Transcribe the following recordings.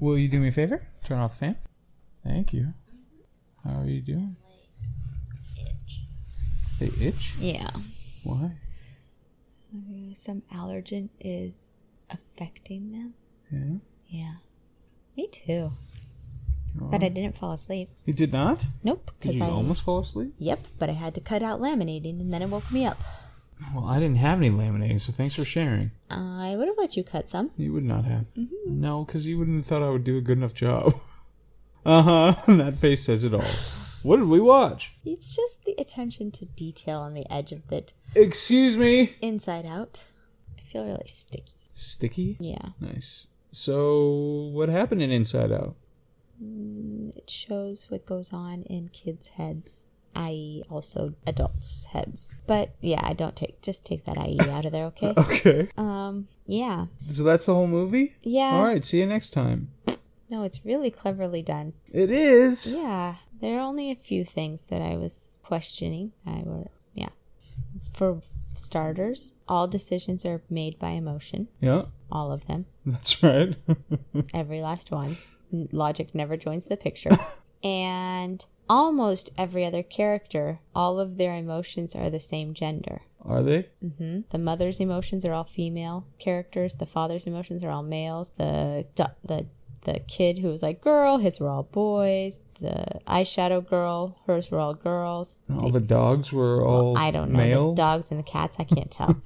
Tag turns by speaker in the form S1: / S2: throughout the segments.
S1: Will you do me a favor? Turn off the fan. Thank you. How are you doing? They itch?
S2: Yeah.
S1: Why?
S2: Some allergen is affecting them.
S1: Yeah.
S2: Yeah. Me too. But I didn't fall asleep.
S1: You did not?
S2: Nope.
S1: Did
S2: Because
S1: you
S2: I.
S1: almost fall asleep?
S2: Yep. But I had to cut out laminating, and then it woke me up.
S1: Well, I didn't have any laminating, so thanks for sharing.
S2: I would have let you cut some.
S1: You would not have.
S2: Mm-hmm.
S1: No, because you wouldn't have thought I would do a good enough job. uh huh. that face says it all. What did we watch?
S2: It's just the attention to detail on the edge of it.
S1: Excuse me.
S2: Inside out. I feel really sticky.
S1: Sticky?
S2: Yeah.
S1: Nice. So, what happened in Inside Out?
S2: It shows what goes on in kids' heads, i.e., also adults' heads. But yeah, I don't take, just take that i.e. out of there, okay?
S1: Okay.
S2: Um, yeah.
S1: So, that's the whole movie?
S2: Yeah.
S1: All right, see you next time.
S2: No, it's really cleverly done.
S1: It is.
S2: Yeah, there are only a few things that I was questioning. I were yeah. For starters, all decisions are made by emotion.
S1: Yeah,
S2: All of them.
S1: that's right.
S2: Every last one. N- Logic never joins the picture. and almost every other character, all of their emotions are the same gender.
S1: Are they?
S2: The mother's emotions are all female characters. The father's emotions are all males. The du- the the kid who was like girl, his were all boys. The eyeshadow girl, hers were all girls.
S1: And all the dogs were all
S2: I don't know
S1: male.
S2: the dogs and the cats. I can't tell.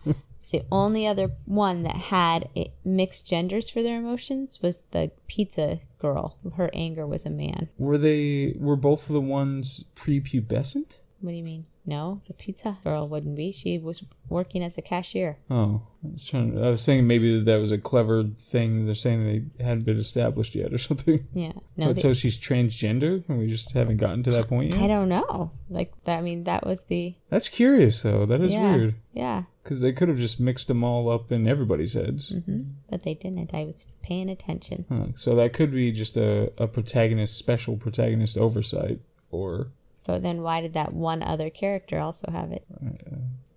S2: the only other one that had it mixed genders for their emotions was the pizza girl. Her anger was a man.
S1: were they? Were both of the ones prepubescent?
S2: What do you mean? No, the pizza girl wouldn't be. She was working as a cashier.
S1: Oh, I was, trying I was thinking maybe that, that was a clever thing. They're saying they hadn't been established yet or something.
S2: Yeah. No,
S1: But
S2: the-
S1: so she's transgender, and we just haven't gotten to that point
S2: I
S1: yet.
S2: don't know. Like, that, I mean, that was the
S1: That's curious, though. That is
S2: yeah,
S1: weird
S2: Yeah,
S1: because they could have just mixed them all up in everybody's heads.
S2: Mm-hmm. but they didn't. I was paying attention.
S1: Huh, So that could be just a, a protagonist, special protagonist oversight, or
S2: But then why did that one other character also have it?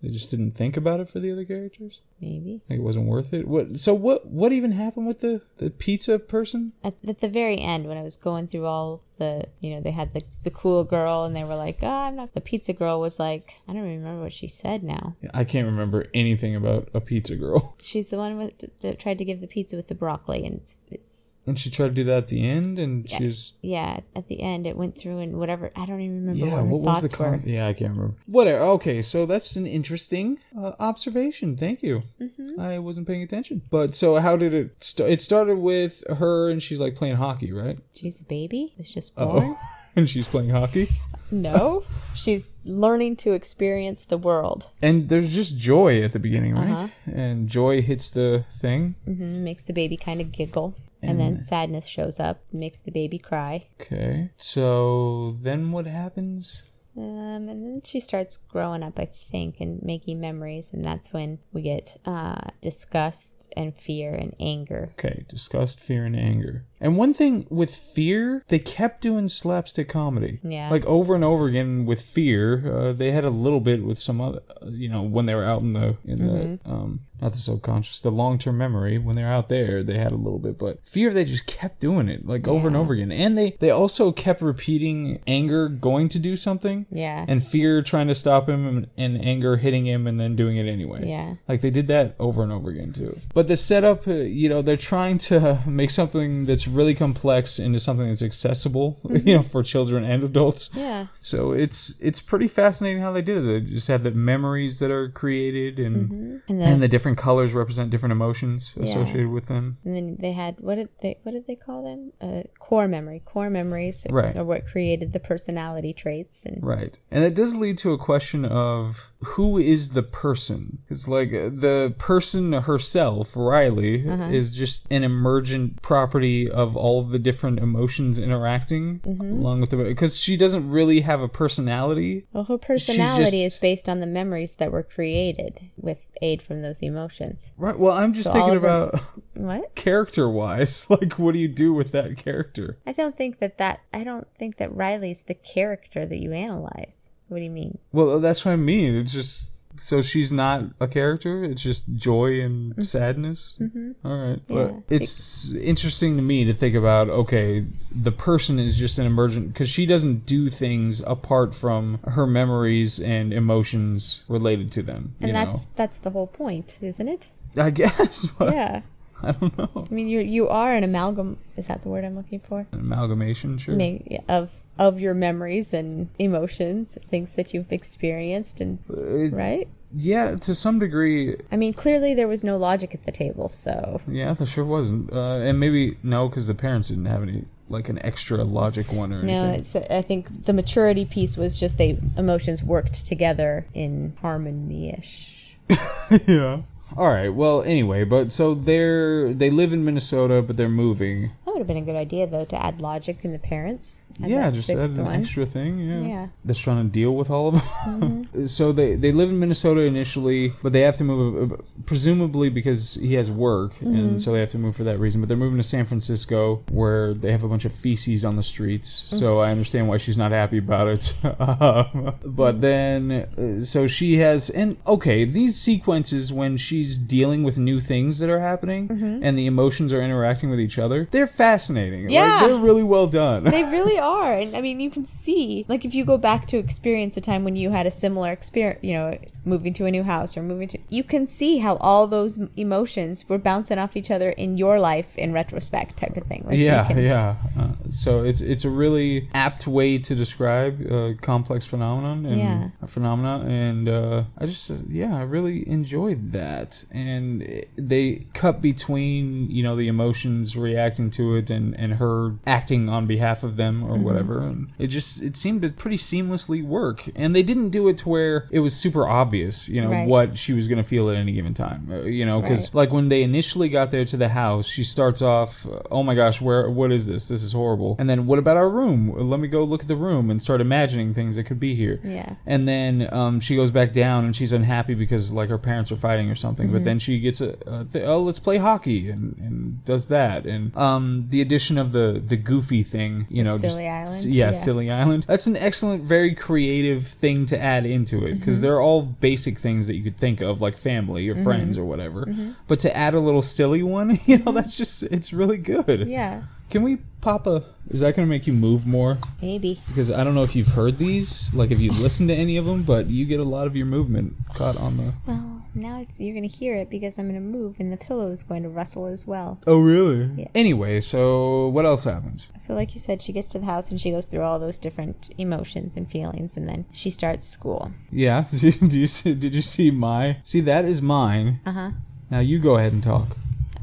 S1: they just didn't think about it for the other characters.
S2: Maybe.
S1: Like it wasn't worth it. What? So what? What even happened with the the pizza person?
S2: At, at the very end, when I was going through all the, you know, they had the, the cool girl and they were like, oh, I'm not. The pizza girl was like, I don't remember what she said now.
S1: I can't remember anything about a pizza girl.
S2: She's the one with that tried to give the pizza with the broccoli and it's, it's
S1: And she tried to do that at the end, and she was
S2: yeah, at the end it went through and whatever. I don't even remember
S1: yeah.
S2: what her
S1: What was
S2: thoughts
S1: the con-
S2: were.
S1: yeah? I can't remember. Whatever. Okay, so that's an interesting uh, observation. Thank you.
S2: Mm-hmm.
S1: I wasn't paying attention. But so how did it? St- it started with her, and she's like playing hockey, right?
S2: She's a baby. It's just
S1: Oh.
S2: born.
S1: and she's playing hockey,
S2: No, she's learning to experience the world.
S1: and there's just joy at the beginning, right?
S2: Uh-huh.
S1: And joy hits the thing.
S2: Mhm, Makes the baby kind of giggle. And
S1: Mm.
S2: then sadness shows up, makes the baby cry.
S1: Okay. So then what happens?
S2: Um, and then she starts growing up, I think, and making memories. And that's when we get uh, disgust and fear and anger.
S1: Okay, disgust, fear, and anger. And one thing with fear, they kept doing slapstick comedy.
S2: Yeah.
S1: Like over and over again with fear. Uh, they had a little bit with some other, uh, you know, when they were out in the, in the, um, not the subconscious, the long term memory. When they were out there, they had a little bit, but fear, they just kept doing it like over and over again. And they, they also kept repeating anger going to do something.
S2: Yeah.
S1: And fear trying to stop him and, and anger hitting him and then doing it anyway.
S2: Yeah.
S1: Like they did that over and over again too. But the setup, uh, you know, they're trying to make something that's really complex into something that's accessible, you know, for children and adults.
S2: Mm-hmm. Yeah.
S1: So it's it's pretty fascinating how they did it. They just have the memories that are created and
S2: And then,
S1: and the different colors represent different emotions associated with them.
S2: and then they had what did they what did they call them? Uh, core memory. Core memories
S1: Right.
S2: are what created the personality traits and
S1: Right. And it does lead to a question of who is the person? It's like uh, the person herself, Riley,
S2: Uh-huh.
S1: is just an emergent property of all of the different emotions interacting
S2: Mm-hmm.
S1: along with the. Because she doesn't really have a personality.
S2: Well, her personality
S1: just-
S2: is based on the memories that were created with aid from those emotions.
S1: Right. Well, I'm just
S2: So all
S1: thinking
S2: of her-
S1: about
S2: What?
S1: character wise. Like, what do you do with that character?
S2: I don't think that that I don't think that Riley's the character that you analyze. What do you mean?
S1: Well, that's what I mean. It's just. So she's not a character. It's just joy and sadness. All right, but
S2: Mm-hmm. Yeah.
S1: it's interesting to me to think about. Okay, the person is just an emergent because she doesn't do things apart from her memories and emotions related to them.
S2: and
S1: you
S2: that's that's the whole point, isn't it?
S1: know, I guess. But
S2: Yeah.
S1: I don't know.
S2: I mean, you you are an amalgam. Is that the word I'm looking for?
S1: Amalgamation, sure.
S2: May- Of of your memories and emotions, things that you've experienced, and
S1: It-
S2: right.
S1: Uh, yeah, to some degree,
S2: I mean, clearly there was no logic at the table, so
S1: Yeah, there sure wasn't. Uh, and maybe no, because the parents didn't have any like an extra logic one or
S2: no.
S1: anything.
S2: It's I think the maturity piece was just they emotions worked together in harmony ish.
S1: yeah. All right. Well, anyway, but so they're they live in Minnesota, but they're moving.
S2: That would have been a good idea though to add logic in the parents. Add
S1: yeah,
S2: that
S1: just add
S2: sixth
S1: an
S2: one.
S1: extra thing. Yeah.
S2: Yeah. Mm-hmm.
S1: That's trying to deal with all of them. so they they live in Minnesota initially, but they have to move uh, presumably because he has work,
S2: Mm-hmm.
S1: and so they have to move for that reason. But they're moving to San Francisco, where they have a bunch of feces on the streets.
S2: Mm-hmm.
S1: So I understand why she's not happy about it. Um, but then, uh, so she has and okay, these sequences when she's dealing with new things that are happening
S2: Mm-hmm.
S1: and the emotions are interacting with each other, they're fascinating.
S2: Yeah.
S1: like, they're really well done.
S2: They really are. And I mean, you can see, like, if you go back to experience a time when you had a similar experience, you know, moving to a new house or moving to, you can see how all those m- emotions were bouncing off each other in your life in retrospect, type of thing. Like, you
S1: yeah
S2: can-
S1: yeah uh, so it's it's a really apt way to describe uh, complex phenomenon and
S2: Yeah.
S1: phenomena and uh, i just uh, yeah i really enjoyed that and it- they cut between you know the emotions reacting to it and and her acting on behalf of them
S2: Mm-hmm.
S1: or whatever and it just it seemed to pretty seamlessly work and they didn't do it to where it was super obvious you know
S2: Right.
S1: what she was going to feel at any given time uh, you know because
S2: Right.
S1: like when they initially got there to the house, she starts off, "Oh my gosh, where? What is this? This is horrible." And then, "What about our room? Let me go look at the room and start imagining things that could be here."
S2: Yeah.
S1: And then um, she goes back down and she's unhappy because like her parents are fighting or something. But
S2: Mm-hmm.
S1: then she gets a, a th- "Oh, let's play hockey," and, and does that. And um, the addition of the the goofy thing, you know, just
S2: Silly Island?
S1: s- yeah,
S2: Yeah.
S1: silly island. That's an excellent, very creative thing to add into it
S2: Mm-hmm.
S1: because they're all basic things that you could think of, like family or friends or whatever.
S2: Mm-hmm.
S1: But to add a little silly one, you know, that's just it's really good.
S2: Yeah.
S1: Can we pop a? Is that going to make you move more?
S2: Maybe.
S1: Because I don't know if you've heard these, like if you've listened to any of them, but you get a lot of your movement caught on the.
S2: Well, now it's, you're going to hear it because I'm going to move and the pillow is going to rustle as well.
S1: Oh really?
S2: Yeah.
S1: Anyway, so what else happens?
S2: So, like you said, she gets to the house and she goes through all those different emotions and feelings, and then she starts school.
S1: Yeah. Do you see, did you see my? See that is mine.
S2: Uh huh.
S1: Now you go ahead and talk.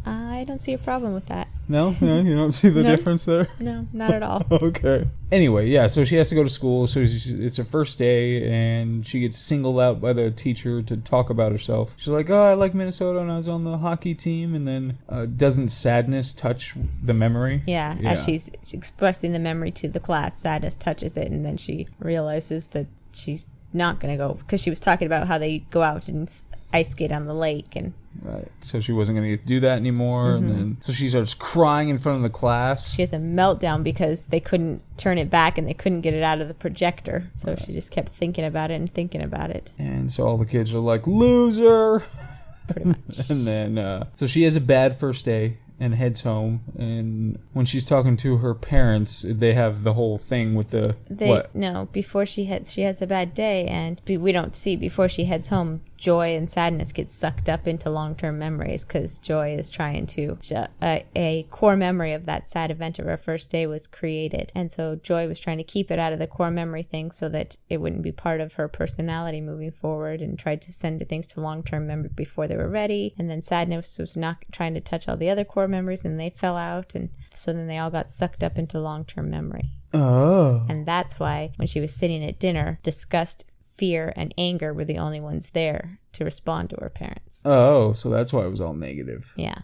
S2: I don't see a problem with that.
S1: No, no, you don't see the
S2: No.
S1: difference there.
S2: No, not at all.
S1: Okay. Anyway, yeah, so she has to go to school. So she's- it's her first day, and she gets singled out by the teacher to talk about herself. She's like, "Oh, I like Minnesota, and I was on the hockey team." And then, uh, doesn't sadness touch the memory?
S2: Yeah, as she's expressing the memory to the class, Sadness touches it, and then she realizes that she's not going to go because she was talking about how they go out and s- ice skate on the lake, and
S1: Right. So she wasn't going to get to do that anymore,
S2: Mm-hmm.
S1: and then so she starts crying in front of the class.
S2: she has a meltdown because they couldn't turn it back and they couldn't get it out of the projector. So she just kept thinking about it and thinking about it.
S1: And so all the kids are like, loser! and then, uh, so she has a bad first day and heads home. And when she's talking to her parents, they have the whole thing with the.
S2: They
S1: what?
S2: no before she heads, she has a bad day, and be, we don't see before she heads home. Joy and sadness get sucked up into long-term memories because joy is trying to ju- a, a core memory of that sad event of her first day was created, and so joy was trying to keep it out of the core memory thing so that it wouldn't be part of her personality moving forward, and tried to send things to long-term memory before they were ready, and then sadness was not trying to touch all the other core memories, and they fell out, and so then they all got sucked up into long-term memory.
S1: Oh.
S2: And that's why when she was sitting at dinner, disgust, fear, and anger were the only ones there to respond to her parents.
S1: Oh, so that's why it was all negative.
S2: Yeah.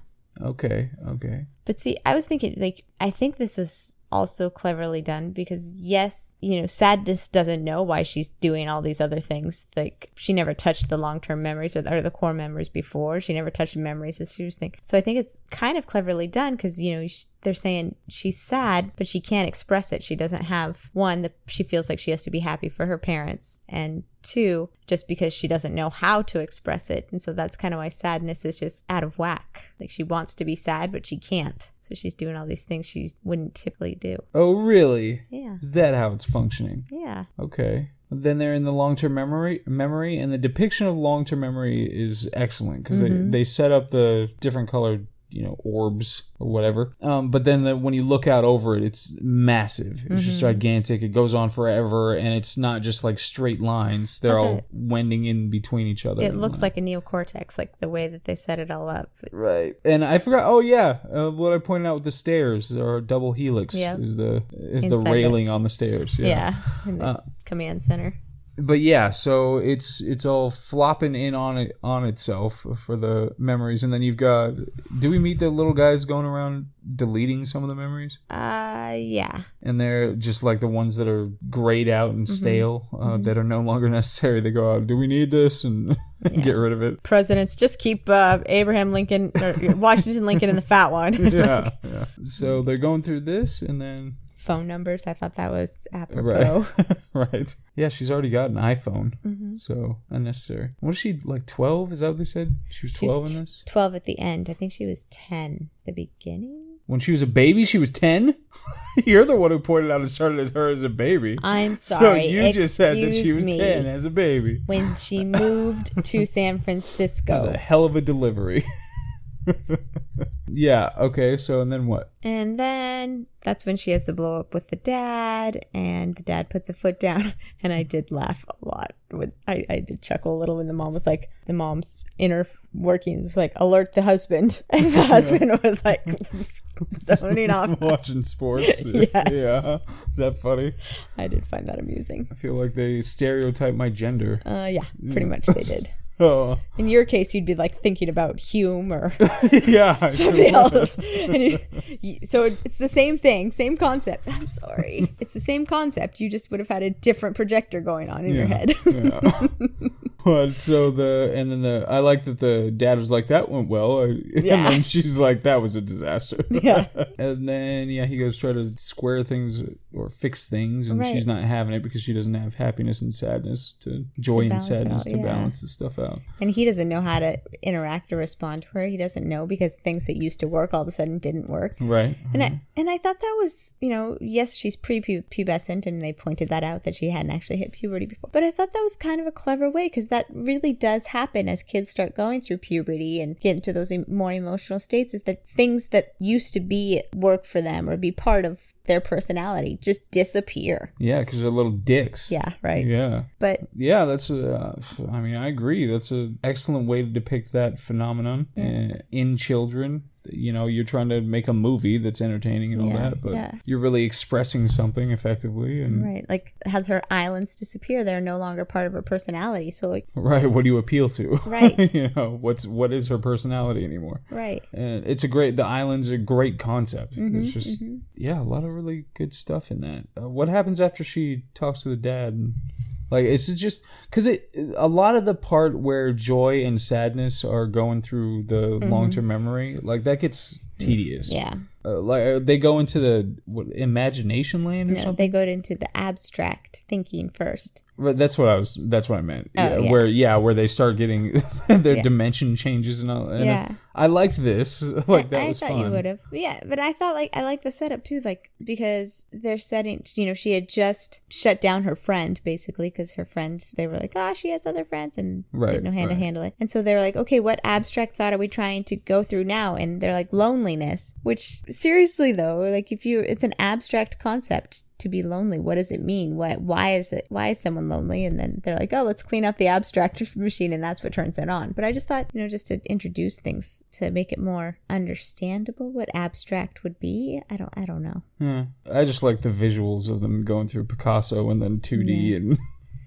S1: Okay, okay.
S2: But see, I was thinking, like, I think this was also cleverly done because, yes, you know, Sadness doesn't know why she's doing all these other things. Like, she never touched the long term memories or the, or the core memories before. She never touched memories as she was thinking. So I think it's kind of cleverly done because, you know, you sh- they're saying she's sad, but she can't express it. She doesn't have one that she feels like she has to be happy for her parents, and two, just because she doesn't know how to express it. And so that's kind of why sadness is just out of whack. Like she wants to be sad, but she can't. So she's doing all these things she wouldn't typically do.
S1: Oh, really?
S2: Yeah.
S1: Is that how it's functioning?
S2: Yeah.
S1: Okay. Then they're in the long-term memory, memory, and the depiction of long-term memory is excellent because
S2: Mm-hmm.
S1: they, they set up the different colored, you know, orbs or whatever. Um, but then the, when you look out over it, it's massive. It's just
S2: Mm-hmm.
S1: gigantic. It goes on forever, and it's not just like straight lines. They're all
S2: it.
S1: wending in between each other.
S2: It looks like a neocortex, like the way that they set it all up.
S1: Right. And I forgot. Oh yeah, uh, what I pointed out with the stairs or double helix
S2: Yeah.
S1: is the is
S2: Inside
S1: the
S2: it.
S1: railing on the stairs. Yeah.
S2: Yeah. In the command center.
S1: But yeah, so it's it's all flopping in on it on itself for the memories, and then you've got. Do we meet the little guys going around deleting some of the memories?
S2: Uh, yeah.
S1: And they're just like the ones that are grayed out
S2: Mm-hmm.
S1: and stale, uh, that are no longer necessary. They go out. Do we need this? And get rid of it.
S2: Presidents just keep uh, Abraham Lincoln, or Washington Lincoln, and the fat one.
S1: Yeah, yeah. So they're going through this, and then
S2: Phone numbers. I thought that was apropos.
S1: Right. right. Yeah, she's already got an iPhone.
S2: Mm-hmm.
S1: So unnecessary. What is she like twelve? Is that what they said? She was
S2: She
S1: twelve
S2: was
S1: in
S2: t-
S1: this?
S2: 12 at the end. I think she was 10 the beginning.
S1: When she was a baby, she was ten? You're the one who pointed out and started her as a baby.
S2: I'm sorry.
S1: So you just said that she
S2: Excuse
S1: was
S2: me.
S1: ten as a baby.
S2: When she moved to San
S1: That was
S2: Francisco.
S1: a hell of a delivery. yeah, okay, so and then what?
S2: And then that's when she has the blow up with the dad, and the dad puts a foot down. And I did laugh a lot. With I, I did chuckle a little when the mom was like, the mom's inner working was like, alert the husband. And the husband was like, zoning off.
S1: Watching sports.
S2: Yes.
S1: Yeah. Is that funny?
S2: I did find that amusing.
S1: I feel like they stereotype my gender.
S2: Uh, yeah, pretty much they did.
S1: Oh,
S2: In your case, you'd be like thinking about Hume or
S1: yeah. I sure
S2: somebody else. And you, you- so it- it's the same thing, same concept. I'm sorry. It's the same concept. You just would have had a different projector going on in your
S1: Yeah.
S2: head.
S1: But so the and then the I like that the dad was like that went well, I- and
S2: Yeah.
S1: then she's like that was a disaster.
S2: yeah.
S1: and then yeah, he goes try to square things or fix things, and
S2: Right.
S1: she's not having it because she doesn't have happiness and sadness to joy and
S2: balance it
S1: sadness
S2: out,
S1: to
S2: yeah.
S1: balance the stuff out.
S2: And he doesn't know how to interact or respond to her. He doesn't know because things that used to work all of a sudden didn't work.
S1: Right.
S2: And I, and I thought that was, you know, yes, she's prepubescent, and they pointed that out that she hadn't actually hit puberty before. But I thought that was kind of a clever way because that really does happen as kids start going through puberty and get into those em- more emotional states. Is that things that used to be work for them or be part of their personality just disappear?
S1: Yeah, because they're little dicks.
S2: Yeah, right.
S1: Yeah. Mm-hmm.
S2: But
S1: Yeah, that's a. uh, I mean, I agree. That's an excellent way to depict that phenomenon uh, in children. You know, you're trying to make a movie that's entertaining and all
S2: Yeah,
S1: that, but
S2: yeah.
S1: you're really expressing something effectively. And
S2: right, like, has her islands disappear? They're no longer part of her personality. So, like,
S1: right, what do you appeal to?
S2: Right.
S1: you know, what's what is her personality anymore?
S2: right.
S1: And it's a great. The island's a great concept.
S2: Mm-hmm,
S1: it's just yeah, a lot of really good stuff in that. Uh, what happens after she talks to the dad? And, like it's just because it a lot of the part where joy and sadness are going through the long term memory, like that gets tedious.
S2: Mm-hmm. Yeah.
S1: Uh, like uh, they go into the what, imagination land or
S2: No,
S1: something.
S2: they go into the abstract thinking first.
S1: Right, That's what I was. That's what I meant.
S2: Oh,
S1: yeah,
S2: yeah.
S1: Where yeah, where they start getting their dimension changes and all. And uh,
S2: Yeah.
S1: I liked this. Like that
S2: I
S1: was
S2: thought
S1: fun.
S2: you would have. Yeah, but I felt like I like the setup too, like because they're setting. You know, she had just shut down her friend basically because her friend they were like, ah, she has other friends and
S1: Right,
S2: didn't know how to
S1: right.
S2: handle it. And so they were like, okay, what abstract thought are we trying to go through now? And they're like loneliness, which seriously though, like if you, it's an abstract concept to be lonely. What does it mean? What? Why is it? Why is someone lonely? And then they're like, oh, let's clean up the abstract machine, and that's what turns it on. But I just thought, you know, just to introduce things to make it more understandable, what abstract would be. I don't. I don't know.
S1: Yeah. I just like the visuals of them going through Picasso and then 2D and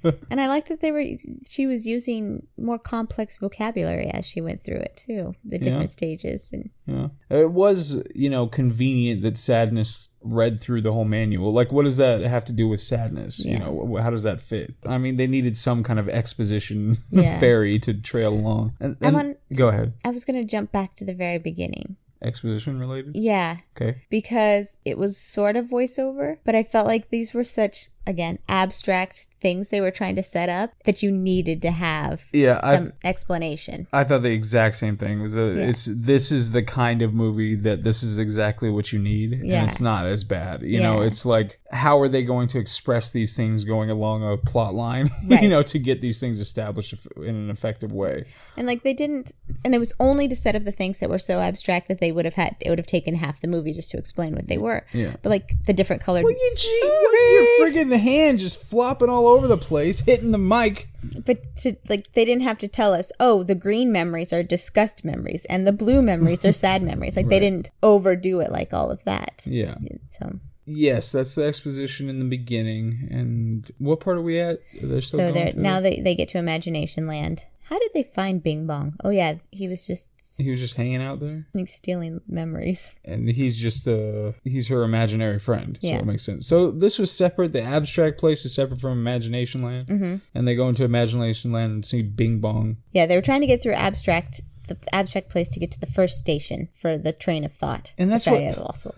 S2: And I liked that they were. She was using more complex vocabulary as she went through it too, the different stages and
S1: yeah. It was you know convenient that sadness read through the whole manual. Like, what does that have to do with sadness? You
S2: Yeah.
S1: know, wh- how does that fit? I mean, they needed some kind of exposition
S2: Yeah.
S1: fairy to trail along. And, and
S2: want-
S1: go ahead.
S2: I was going to jump back to the very beginning
S1: exposition related?
S2: Yeah,
S1: Okay.
S2: because it was sort of voiceover, but I felt like these were such, again, abstract things they were trying to set up that you needed to have
S1: Yeah, I-
S2: some explanation.
S1: I thought the exact same thing. It was a, It's this is the kind of movie that this is exactly what you need,
S2: Yeah.
S1: and it's not as bad. You know,
S2: Yeah.
S1: it's like how are they going to express these things going along a plot line?
S2: Right.
S1: you know, to get these things established in an effective way.
S2: And like they didn't, and it was only to set up the things that were so abstract that they would have had, it would have taken half the movie just to explain what they were.
S1: Yeah.
S2: But like the different colored.
S1: Look at you, look at your friggin' hand just flopping all over the place, hitting the mic.
S2: but to like they didn't have to tell us oh the green memories are disgust memories and the blue memories are sad memories like they didn't overdo it like all of that
S1: Yeah.
S2: so
S1: Yes, that's the exposition in the beginning. And what part are we at? They're still
S2: so
S1: going
S2: they're
S1: through
S2: now
S1: it?
S2: they, they get to imagination land how did they find bing bong oh yeah he was just s-
S1: he was just hanging out there,
S2: like, stealing memories
S1: and he's just uh he's her imaginary friend. So
S2: Yeah.
S1: it makes sense. So this was separate. The abstract place is separate from Imagination Land, mm-hmm. and they go into Imagination Land and see Bing Bong.
S2: yeah they were trying to get through abstract the abstract place to get to the first station for the train of thought
S1: And that's
S2: which I
S1: what-
S2: also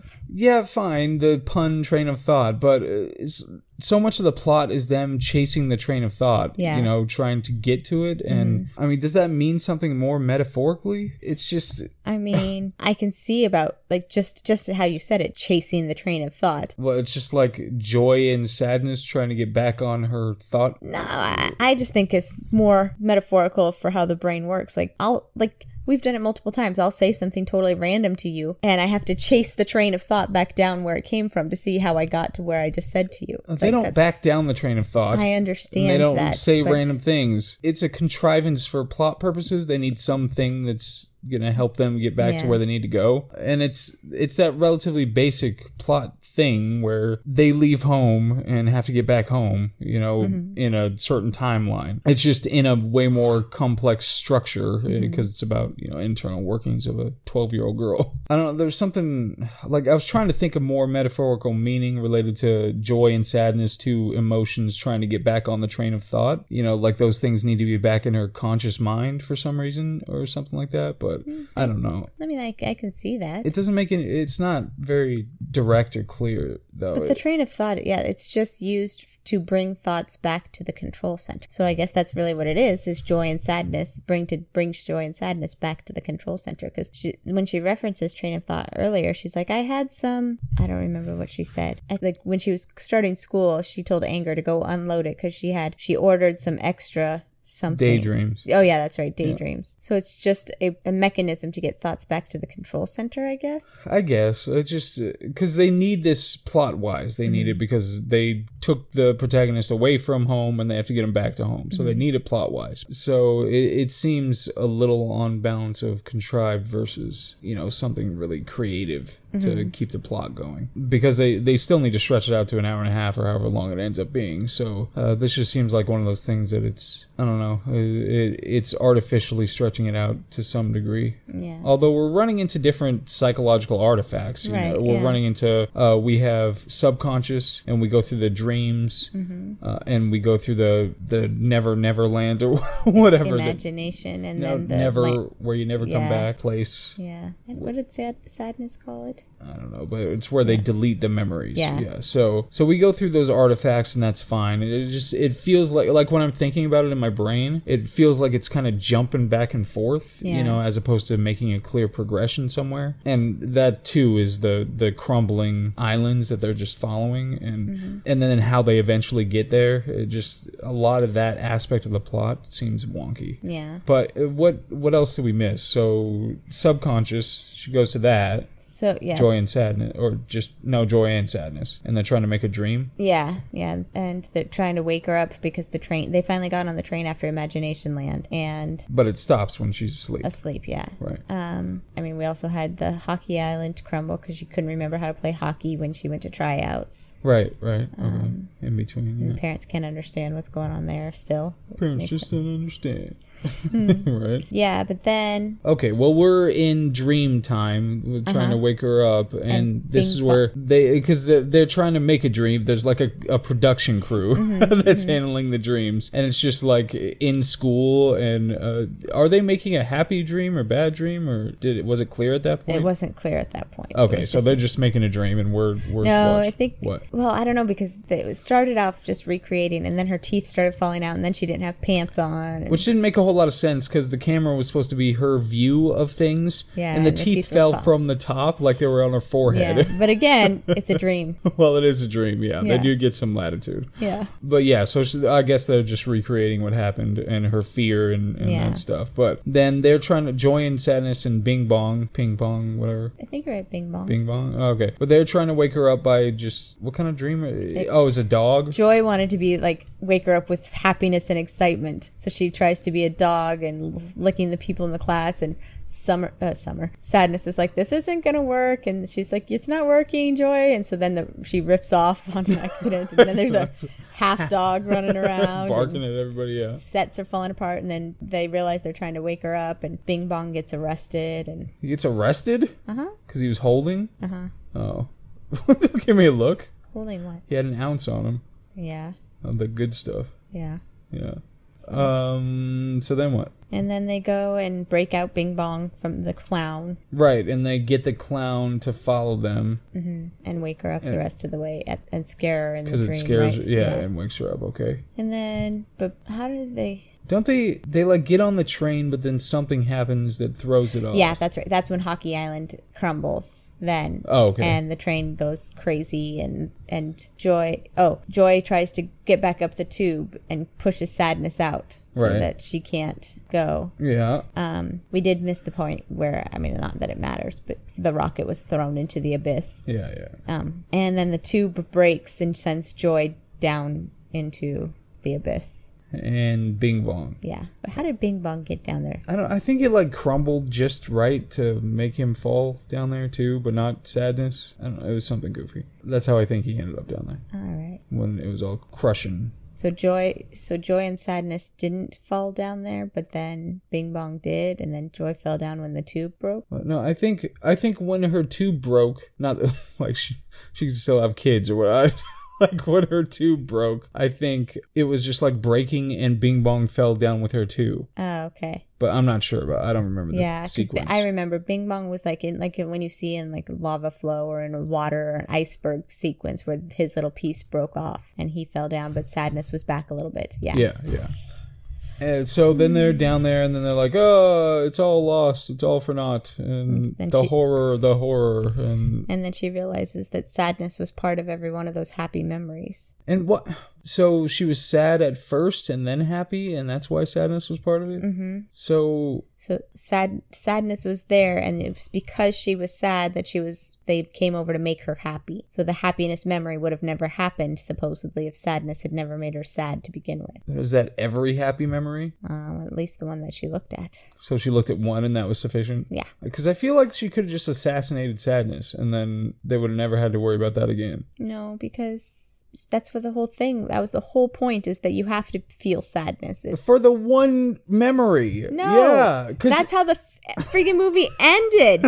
S1: Yeah, fine, the pun train of thought, but uh, it's, so much of the plot is them chasing the train of thought,
S2: Yeah. Mm-hmm.
S1: you know, trying to get to it. And I mean, does that mean something more metaphorically? It's just,
S2: i mean i can see about like just just how you said it chasing the train of thought
S1: well, it's just like joy and sadness trying to get back on her thought.
S2: No, I, I just think it's more metaphorical for how the brain works. Like I'll like we've done it multiple times. I'll say something totally random to you, and I have to chase the train of thought back down where it came from to see how I got to where I just said to you.
S1: They
S2: Like,
S1: don't
S2: that's-
S1: back down the train of thought.
S2: I
S1: and
S2: understand
S1: they don't
S2: that.
S1: say
S2: but-
S1: random things. It's a contrivance for plot purposes. They need something that's gonna help them get back to
S2: Yeah.
S1: where they need to go. And it's it's that relatively basic plot thing where they leave home and have to get back home, you know, in a certain timeline. It's just in a way more complex structure because it's about, you know, internal workings of a 12-year-old girl. I don't know, there's something like I was trying to think of more metaphorical meaning related to joy and sadness to emotions trying to get back on the train of thought. You know, like those things need to be back in her conscious mind for some reason or something like that, but I don't know.
S2: I mean, I, I can see that.
S1: It doesn't make any it's not very direct or clear though.
S2: but the train of thought, yeah, it's just used to bring thoughts back to the control center. So I guess that's really what it is: is joy and sadness bring to brings joy and sadness back to the control center. Because she, when she references train of thought earlier, she's like, "I had some." I don't remember what she said. I, like when she was starting school, she told anger to go unload it because she had she ordered some extra something.
S1: Daydreams.
S2: Oh yeah, that's right, daydreams. So it's just a, a mechanism to get thoughts back to the control center, I guess.
S1: I guess it just because they need this plot wise. They need it because they took the protagonist away from home and they have to get him back to home. So they need it plot wise. So it, it seems a little on balance of contrived versus you know something really creative to keep the plot going because they they still need to stretch it out to an hour and a half or however long it ends up being. So uh, this just seems like one of those things that it's I don't know it, it's artificially stretching it out to some degree.
S2: Yeah.
S1: Although we're running into different psychological artifacts, you know,
S2: Right,
S1: we're
S2: yeah.
S1: running into uh, we have subconscious, and we go through the dreams,
S2: Mm-hmm.
S1: uh, and we go through the the never never land or whatever. The,
S2: Imagination and
S1: no,
S2: then the
S1: never
S2: like-
S1: where you never come
S2: Yeah.
S1: back place.
S2: Yeah. And what did sad- sadness call it?
S1: I don't know, but it's where they delete the memories.
S2: Yeah.
S1: So so we go through those artifacts, and that's fine. It it just it feels like like when I'm thinking about it in my brain, it feels like it's kind of jumping back and forth,
S2: Yeah.
S1: you know, as opposed to making a clear progression somewhere. And that too is the the crumbling islands that they're just following, and
S2: Mm-hmm.
S1: and then how they eventually get there. It just a lot of that aspect of the plot seems wonky.
S2: Yeah.
S1: But uh, what what else did we miss? So subconscious, she goes to that
S2: So yes.
S1: joy and sadness or just no joy and sadness and they're trying to make a dream
S2: Yeah, yeah, and they're trying to wake her up because the train. They finally got on the train after Imagination Land and
S1: but it stops when she's asleep
S2: asleep. Yeah.
S1: right
S2: Um, I mean, we also had the Hockey Island crumble because she couldn't remember how to play hockey when she went to tryouts.
S1: right right
S2: Um,
S1: okay. in between yeah.
S2: Parents can't understand what's going on there still.
S1: parents
S2: Makes Hmm.
S1: just don't understand right
S2: Yeah, but then
S1: okay well we're in dream time we're
S2: Uh-huh.
S1: trying to wake her up and, this
S2: Bing
S1: is where they because they're, they're
S2: Mm-hmm,
S1: trying to make a dream there's like a, a production crew that's handling the dreams and it's just like in school, and uh, are they making a happy dream or bad dream, or did it was it clear at that point?
S2: It wasn't clear at that point. It
S1: okay,
S2: was
S1: so
S2: just-
S1: they're just making a dream, and we're we're
S2: No,
S1: watched-
S2: I think.
S1: what
S2: Well, I don't know because they, it started off just recreating, and then her teeth started falling out, and then she didn't have pants on. and-
S1: which didn't make a whole lot of sense because the camera was supposed to be her view of things,
S2: Yeah,
S1: and the, teeth,
S2: would
S1: fell
S2: fall.
S1: from the top like they were on her forehead.
S2: yeah, but again, it's a dream.
S1: well, it is a dream, yeah. They
S2: Yeah.
S1: do get some latitude.
S2: Yeah.
S1: But yeah, so she, I guess they're just recreating what happened and her fear and, and
S2: Yeah.
S1: that stuff. But then they're trying to joy and sadness and bing bong, ping pong, whatever.
S2: I think you're right, Bing Bong.
S1: Bing bong? Oh, Okay. But they're trying to wake her up by just, what kind of dream? oh, it's a dog?
S2: Joy wanted to be like wake her up with happiness and excitement, so she tries to be a dog and licking the people in the class. And summer, uh, summer sadness is like this isn't gonna work, and she's like it's not working, Joy. And so then the, she rips off on accident, and then there's a half dog running around. and-
S1: Barking at everybody, yeah.
S2: sets are falling apart and then they realize they're trying to wake her up and bing bong gets arrested and
S1: He gets arrested? Uh
S2: Uh-huh.
S1: huh. Because he was holding? Uh huh. Oh. Don't give me a look.
S2: holding what
S1: He had an ounce on him
S2: yeah
S1: of the good stuff.
S2: yeah
S1: Yeah. Um, so then what?
S2: and then they go and break out bing bong from the clown
S1: Right, and they get the clown to follow them.
S2: and wake her up the rest of the way at, and scare her in the
S1: because
S2: dream
S1: it scares
S2: right?
S1: her. Yeah, and wakes her up. Okay.
S2: and then but how do they
S1: Don't they? They like get on the train, but then something happens that throws it off.
S2: yeah that's right that's when hockey island crumbles then
S1: Oh, okay.
S2: and the train goes crazy and and joy oh joy tries to get back up the tube and pushes sadness out so
S1: Right.
S2: that she can't go
S1: Yeah.
S2: Um, we did miss the point where I mean, not that it matters, but the rocket was thrown into the abyss,
S1: yeah. Yeah.
S2: um, and then the tube breaks and sends Joy down into the abyss.
S1: And Bing Bong.
S2: Yeah, but how did Bing Bong get down there?
S1: I don't. I think it like crumbled just right to make him fall down there too, but not sadness. I don't know. It was something goofy. That's how I think he ended up down there
S2: All right,
S1: when it was all crushing.
S2: so Joy, so Joy and Sadness didn't fall down there, but then Bing Bong did, and then Joy fell down when the tube broke.
S1: But no, I think I think when her tube broke, not like she she could still have kids or what. I, like when her tube broke, I think it was just like breaking and Bing Bong fell down with her too.
S2: Oh, okay,
S1: But I'm not sure. But I don't remember the
S2: yeah, 'cause
S1: sequence.
S2: I remember Bing Bong was like in like when you see in like lava flow or in a water or an iceberg sequence where his little piece broke off and he fell down, but sadness was back a little bit. Yeah,
S1: yeah, yeah. And so then they're down there, and then they're like, "Oh, it's all lost. It's all for naught." And
S2: Mm, Then
S1: the
S2: she-
S1: horror, the horror, and
S2: and then she realizes that sadness was part of every one of those happy memories.
S1: and what? So she was sad at first, and then happy, and that's why sadness was part of it. Mm-hmm. So
S2: So sad sadness was there, and it was because she was sad that she was they came over to make her happy. So the happiness memory would have never happened supposedly if sadness had never made her sad to begin with.
S1: Is that every happy memory?
S2: Um, at least the one that she looked at.
S1: So she looked at one and that was sufficient?
S2: Yeah.
S1: Because I feel like she could have just assassinated sadness and then they would have never had to worry about that again.
S2: No, because that's what the whole thing. That was the whole point is that you have to feel sadness. It's-
S1: For the one memory.
S2: no,
S1: Yeah.
S2: that's
S1: Because
S2: how the f- freaking movie ended.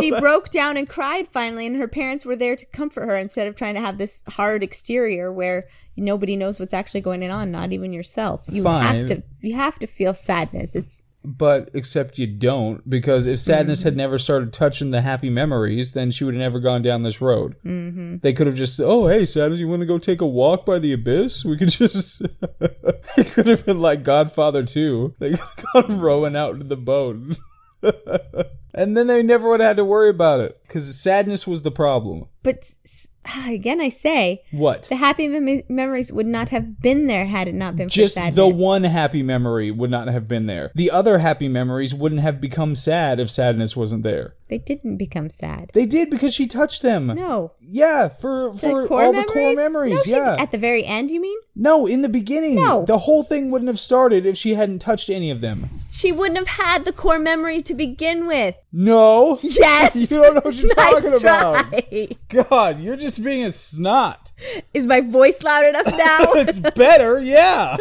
S2: she broke down and cried finally, and her parents were there to comfort her instead of trying to have this hard exterior where nobody knows what's actually going on, not even yourself. You
S1: Fine.
S2: have to, you have to feel sadness. It's
S1: but except you don't because if sadness
S2: Mm-hmm.
S1: had never started touching the happy memories, then she would have never gone down this road. Mm-hmm. They could have just, oh hey sadness, you want to go take a walk by the abyss? We could just. it could have been like Godfather Two. They could have gone rowing out into the boat. And then they never would have had to worry about it because sadness was the problem.
S2: but s- again, I say
S1: What?
S2: the happy mem- memories would not have been there had it not been for
S1: Just
S2: sadness.
S1: the one happy memory would not have been there. The other happy memories wouldn't have become sad if sadness wasn't there.
S2: They didn't become sad.
S1: They did because she touched them.
S2: No.
S1: Yeah, for for all the core
S2: No,
S1: memories.
S2: she-
S1: yeah.
S2: At the very end, you mean?
S1: no, in the beginning,
S2: No.
S1: the whole thing wouldn't have started if she hadn't touched any of them.
S2: She wouldn't have had the core memory to begin with.
S1: No.
S2: Yes.
S1: You don't know what you're
S2: Nice
S1: talking about.
S2: try.
S1: God, you're just being a snot.
S2: Is my voice loud enough now?
S1: It's better, yeah.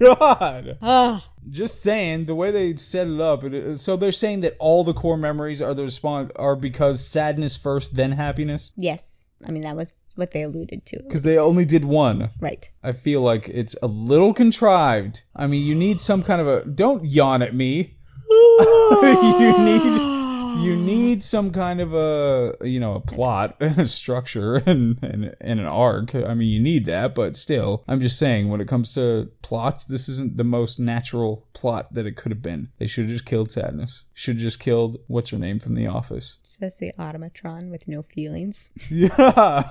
S1: God.
S2: Ah.
S1: Just saying, the way they set it up. it- It, so they're saying that all the core memories are the response are because sadness first, then happiness.
S2: yes. I mean, that was what they alluded to.
S1: because they only did one.
S2: Right.
S1: I feel like it's a little contrived. I mean, you need some kind of a. Don't yawn at me. you need you need some kind of a you know a plot, a structure, and, and and an arc. I mean, you need that, but still, I'm just saying when it comes to plots, this isn't the most natural plot that it could have been. They should have just killed Sadness. Should have just killed what's her name from The Office.
S2: Says the automatron with no feelings.
S1: Yeah.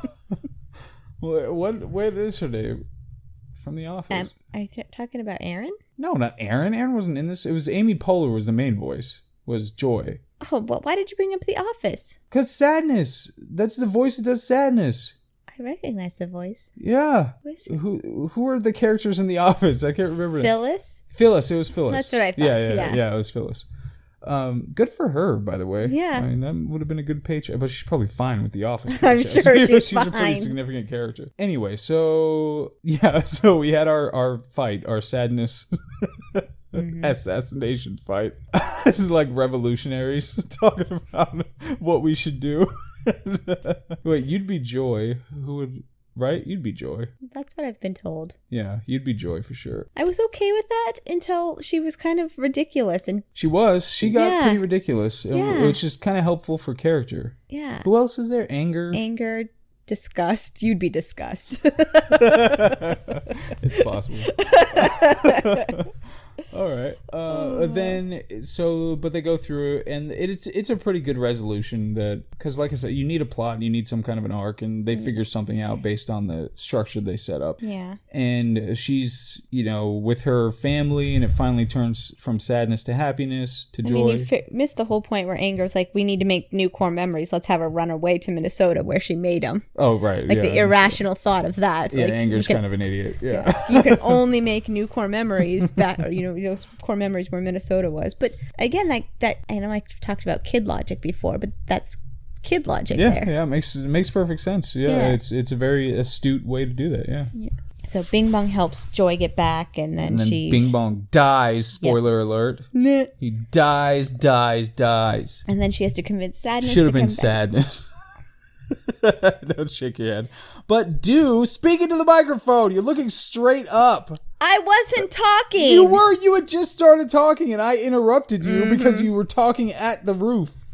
S1: what, what what is her name from The Office?
S2: Um, are you th- talking about Aaron?
S1: No, not Aaron. Aaron wasn't in this. It was Amy Poehler was the main voice. Was Joy.
S2: Oh, well, why did you bring up the office?
S1: Cause sadness. That's the voice that does sadness.
S2: I recognize the voice.
S1: Yeah.
S2: Who is
S1: Who who are the characters in the office? I can't remember. them.
S2: Phyllis?
S1: Phyllis. It was Phyllis.
S2: That's what I thought,
S1: Yeah, yeah,
S2: yeah.
S1: yeah. it was Phyllis. Um, good for her, by the way.
S2: Yeah.
S1: I mean, that would have been a good paycheck, but she's probably fine with the office.
S2: I'm
S1: paychecks.
S2: sure she's
S1: a
S2: fine.
S1: pretty significant character. Anyway, so yeah, so we had our our fight, our sadness
S2: Mm-hmm.
S1: assassination fight. this is like revolutionaries talking about what we should do. Wait, you'd be Joy. Who would? Right? You'd be Joy.
S2: That's what I've been told.
S1: Yeah, you'd be Joy for sure.
S2: I was okay with that until she was kind of ridiculous and
S1: She was. She got
S2: Yeah.
S1: pretty ridiculous, and-
S2: Yeah.
S1: which is kind of helpful for character.
S2: yeah.
S1: Who else is there? Anger.
S2: Anger, disgust. You'd be disgust.
S1: It's possible. All right.
S2: Oh.
S1: Uh, then so, but they go through, and it's it's a pretty good resolution that because, like I said, you need a plot, and you need some kind of an arc, and they figure something out based on the structure they set up.
S2: Mm. yeah.
S1: And she's, you know, with her family, and it finally turns from sadness to happiness to
S2: I mean,
S1: joy.
S2: you fi- missed the whole point where Anger was like, we need to make new core memories. Let's have her run away to Minnesota where she made them.
S1: oh, right.
S2: Like
S1: yeah.
S2: the irrational thought of that.
S1: yeah,
S2: like,
S1: anger's
S2: you can,
S1: kind of an idiot. Yeah.
S2: you can only make new core memories back, or, you know, those core memories where Minnesota was. But again, like that, I know I talked about kid logic before, but that's kid logic
S1: Yeah,
S2: there.
S1: yeah, it makes it makes perfect sense. Yeah,
S2: Yeah.
S1: it's it's a very astute way to do that. Yeah,
S2: So Bing Bong helps Joy get back, and then,
S1: and then
S2: she.
S1: Bing Bong dies. Spoiler alert:
S2: Meh.
S1: he dies, dies, dies.
S2: and then she has to convince Sadness
S1: Should
S2: to
S1: have
S2: come
S1: been
S2: back.
S1: sadness. Don't shake your head, but do speak into the microphone. You're looking straight up.
S2: I wasn't talking.
S1: You were. You had just started talking, and I interrupted you because
S2: Mm-hmm.
S1: you were talking at the roof.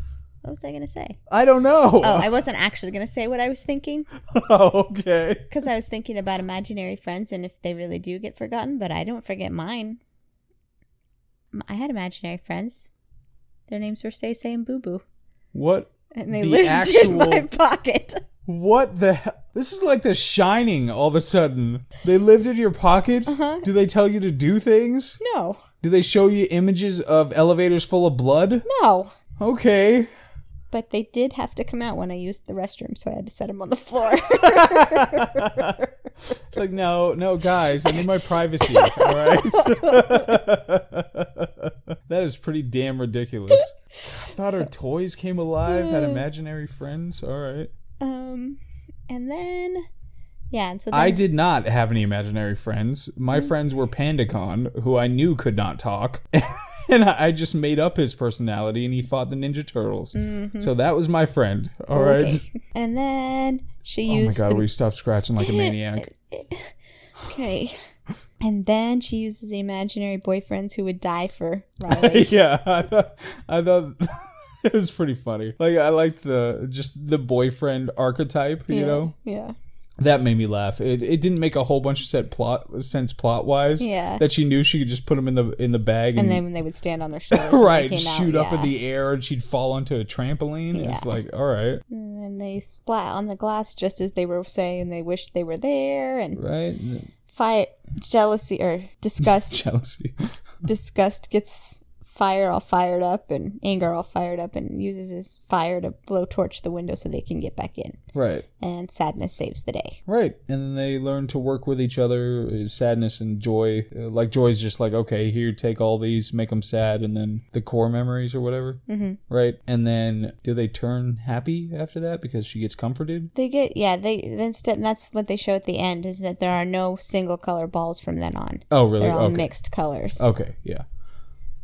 S2: What was I gonna say?
S1: I don't know.
S2: Oh, I wasn't actually gonna say what I was thinking Oh.
S1: okay.
S2: because I was thinking about imaginary friends and if they really do get forgotten. But I don't forget mine. M- I had imaginary friends. Their names were Say Say and Boo Boo,
S1: What?
S2: and they
S1: The
S2: lived in
S1: actual-
S2: my pocket.
S1: What the hell? This is like The Shining all of a sudden. They lived in your pocket? Do they tell you to do things?
S2: No,
S1: Do they show you images of elevators full of blood?
S2: no.
S1: Okay.
S2: But they did have to come out when I used the restroom, so I had to set them on the floor.
S1: It's like, no, no, guys, I need my privacy, alright? that is pretty damn ridiculous. I thought her toys came alive, had imaginary friends, alright.
S2: um, and then, yeah, and so then,
S1: I did not have any imaginary friends. My
S2: Mm.
S1: friends were PandaCon, who I knew could not talk. and I I just made up his personality and he fought the Ninja Turtles. So that was my friend. All right.
S2: Mm-hmm. Okay. and then she
S1: Oh my
S2: used
S1: god,
S2: the
S1: will you stop scratching like a maniac?
S2: Okay. And then she uses the imaginary boyfriends who would die for Riley.
S1: yeah, I thought, I thought it was pretty funny. Like I liked the just the boyfriend archetype, you know.
S2: Yeah.
S1: That made me laugh. It, it didn't make a whole bunch of set plot sense plot wise.
S2: Yeah.
S1: That she knew she could just put him in the in the bag
S2: And then when they would stand on their shoulders,
S1: Mm. right
S2: and they came
S1: shoot
S2: out,
S1: up in
S2: yeah.
S1: the air and she'd fall onto a trampoline it's
S2: Yeah.
S1: like all right
S2: And then they splat on the glass just as they were saying they wished they were there, and
S1: right
S2: fire jealousy or disgust
S1: jealousy
S2: disgust gets fire all fired up and anger all fired up and uses his fire to blowtorch the window so they can get back in.
S1: right
S2: And sadness saves the day.
S1: right and then they learn to work with each other uh, sadness and joy Uh, like joy's just like okay here take all these make them sad and then the core memories or whatever mm-hmm. right and then do they turn happy after that because she gets comforted
S2: They get yeah they instead and that's what they show at the end is that there are no single color balls from then on.
S1: oh really
S2: They're all
S1: okay
S2: mixed colors.
S1: okay yeah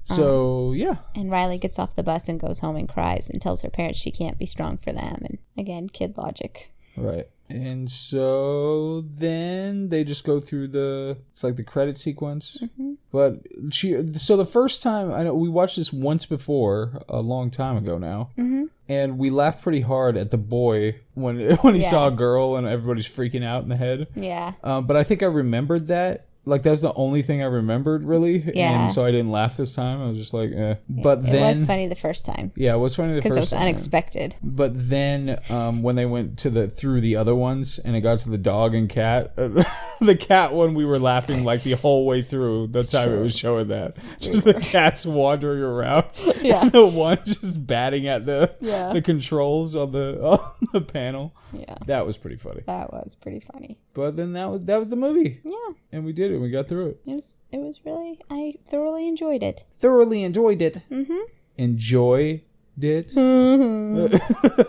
S1: so yeah
S2: And Riley gets off the bus and goes home and cries and tells her parents she can't be strong for them. And again, kid logic.
S1: Right. And so then they just go through the it's like the credit sequence.
S3: Mm-hmm.
S1: But she so the first time I know we watched this once before a long time ago now. Mm-hmm. And we laughed pretty hard at the boy when when he
S3: Yeah.
S1: saw a girl and everybody's freaking out in the head.
S3: Yeah.
S1: Uh, but I think I remembered that. Like that's the only thing I remembered really.
S3: Yeah.
S1: And so I didn't laugh this time. I was just like, eh. But
S3: it
S1: then
S3: was funny the first time
S1: yeah, it was funny the
S3: because
S1: first
S3: it was
S1: time.
S3: unexpected.
S1: But then um, when they went to the through the other ones and it got to the dog and cat, the cat one we were laughing like the whole way through the time it was showing that just the cats wandering around,
S3: Yeah.
S1: and the one just batting at the
S3: Yeah.
S1: the controls on the on the panel.
S3: Yeah.
S1: That was pretty funny.
S3: That was pretty funny.
S1: But then that was that was the movie,
S3: Yeah.
S1: and we did it. We got through it.
S3: It was it was really I thoroughly enjoyed it.
S1: Thoroughly enjoyed it. Mm-hmm. Enjoyed it. Mm-hmm.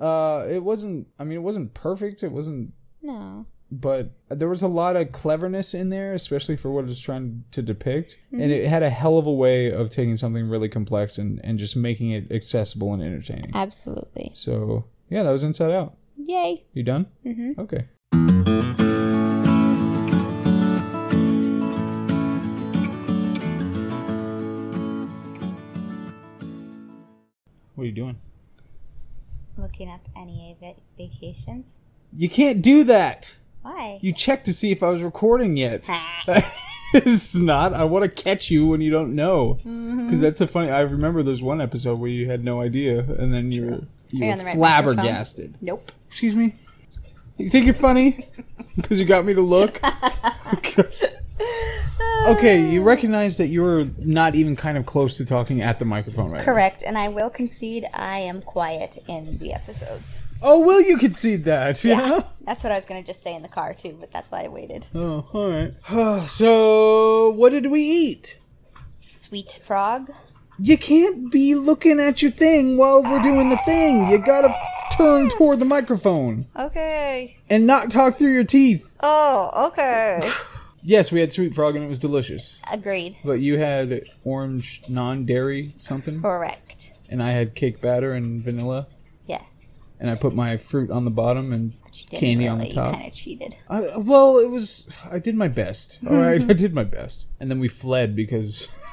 S1: uh, it wasn't. I mean, it wasn't perfect. It wasn't
S3: No.
S1: but there was a lot of cleverness in there, especially for what it's trying to depict. And it had a hell of a way of taking something really complex and, and just making it accessible and entertaining.
S3: Absolutely.
S1: So, yeah, that was Inside Out.
S3: Yay.
S1: You done? Mm-hmm. Okay. What are you doing?
S2: Looking up any va- vacations.
S1: You can't do that!
S2: Why?
S1: You checked to see if I was recording yet. it's not. I want to catch you when you don't know. Because that's a funny. I remember there's one episode where you had no idea, and then you were, you
S2: Are you
S1: were
S2: on the right
S1: flabbergasted.
S2: nope.
S1: Excuse me. You think you're funny? Because you got me to look. okay, you recognize that you're not even kind of close to talking at the microphone, right? now.
S2: Correct, and I will concede I am quiet in the episodes.
S1: Oh, will you concede that? yeah.
S2: That's what I was going to just say in the car, too, but that's why I waited.
S1: Oh, all right. so, what did we eat?
S2: Sweet frog.
S1: You can't be looking at your thing while we're doing the thing. You gotta turn toward the microphone
S2: Okay.
S1: and not talk through your teeth.
S2: Oh, okay.
S1: Yes, we had sweet frog and it was delicious.
S2: Agreed.
S1: But you had orange non dairy something,
S2: Correct.
S1: and I had cake batter and vanilla,
S2: Yes.
S1: and I put my fruit on the bottom and
S2: But you didn't
S1: candy
S2: really.
S1: on the top.
S2: You kind of cheated.
S1: I, well, it was. I did my best. All right, I did my best. And then we fled because.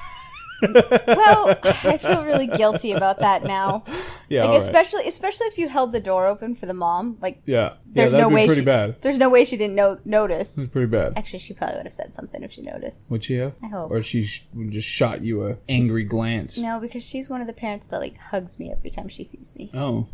S2: Well, I feel really guilty about that now.
S1: Yeah,
S2: Like
S1: all right.
S2: especially, especially if you held the door open for the mom. Like,
S1: yeah.
S2: there's
S1: yeah, that'd
S2: no
S1: be
S2: way
S1: pretty
S2: she,
S1: bad. Hmm.
S2: There's no way she didn't know, notice.
S1: Pretty bad.
S2: Actually, she probably would have said something if she noticed.
S1: Would she have?
S2: I hope.
S1: Or she sh- would just shot you a angry glance.
S2: No, because she's one of the parents that like hugs me every time she sees me.
S1: Oh,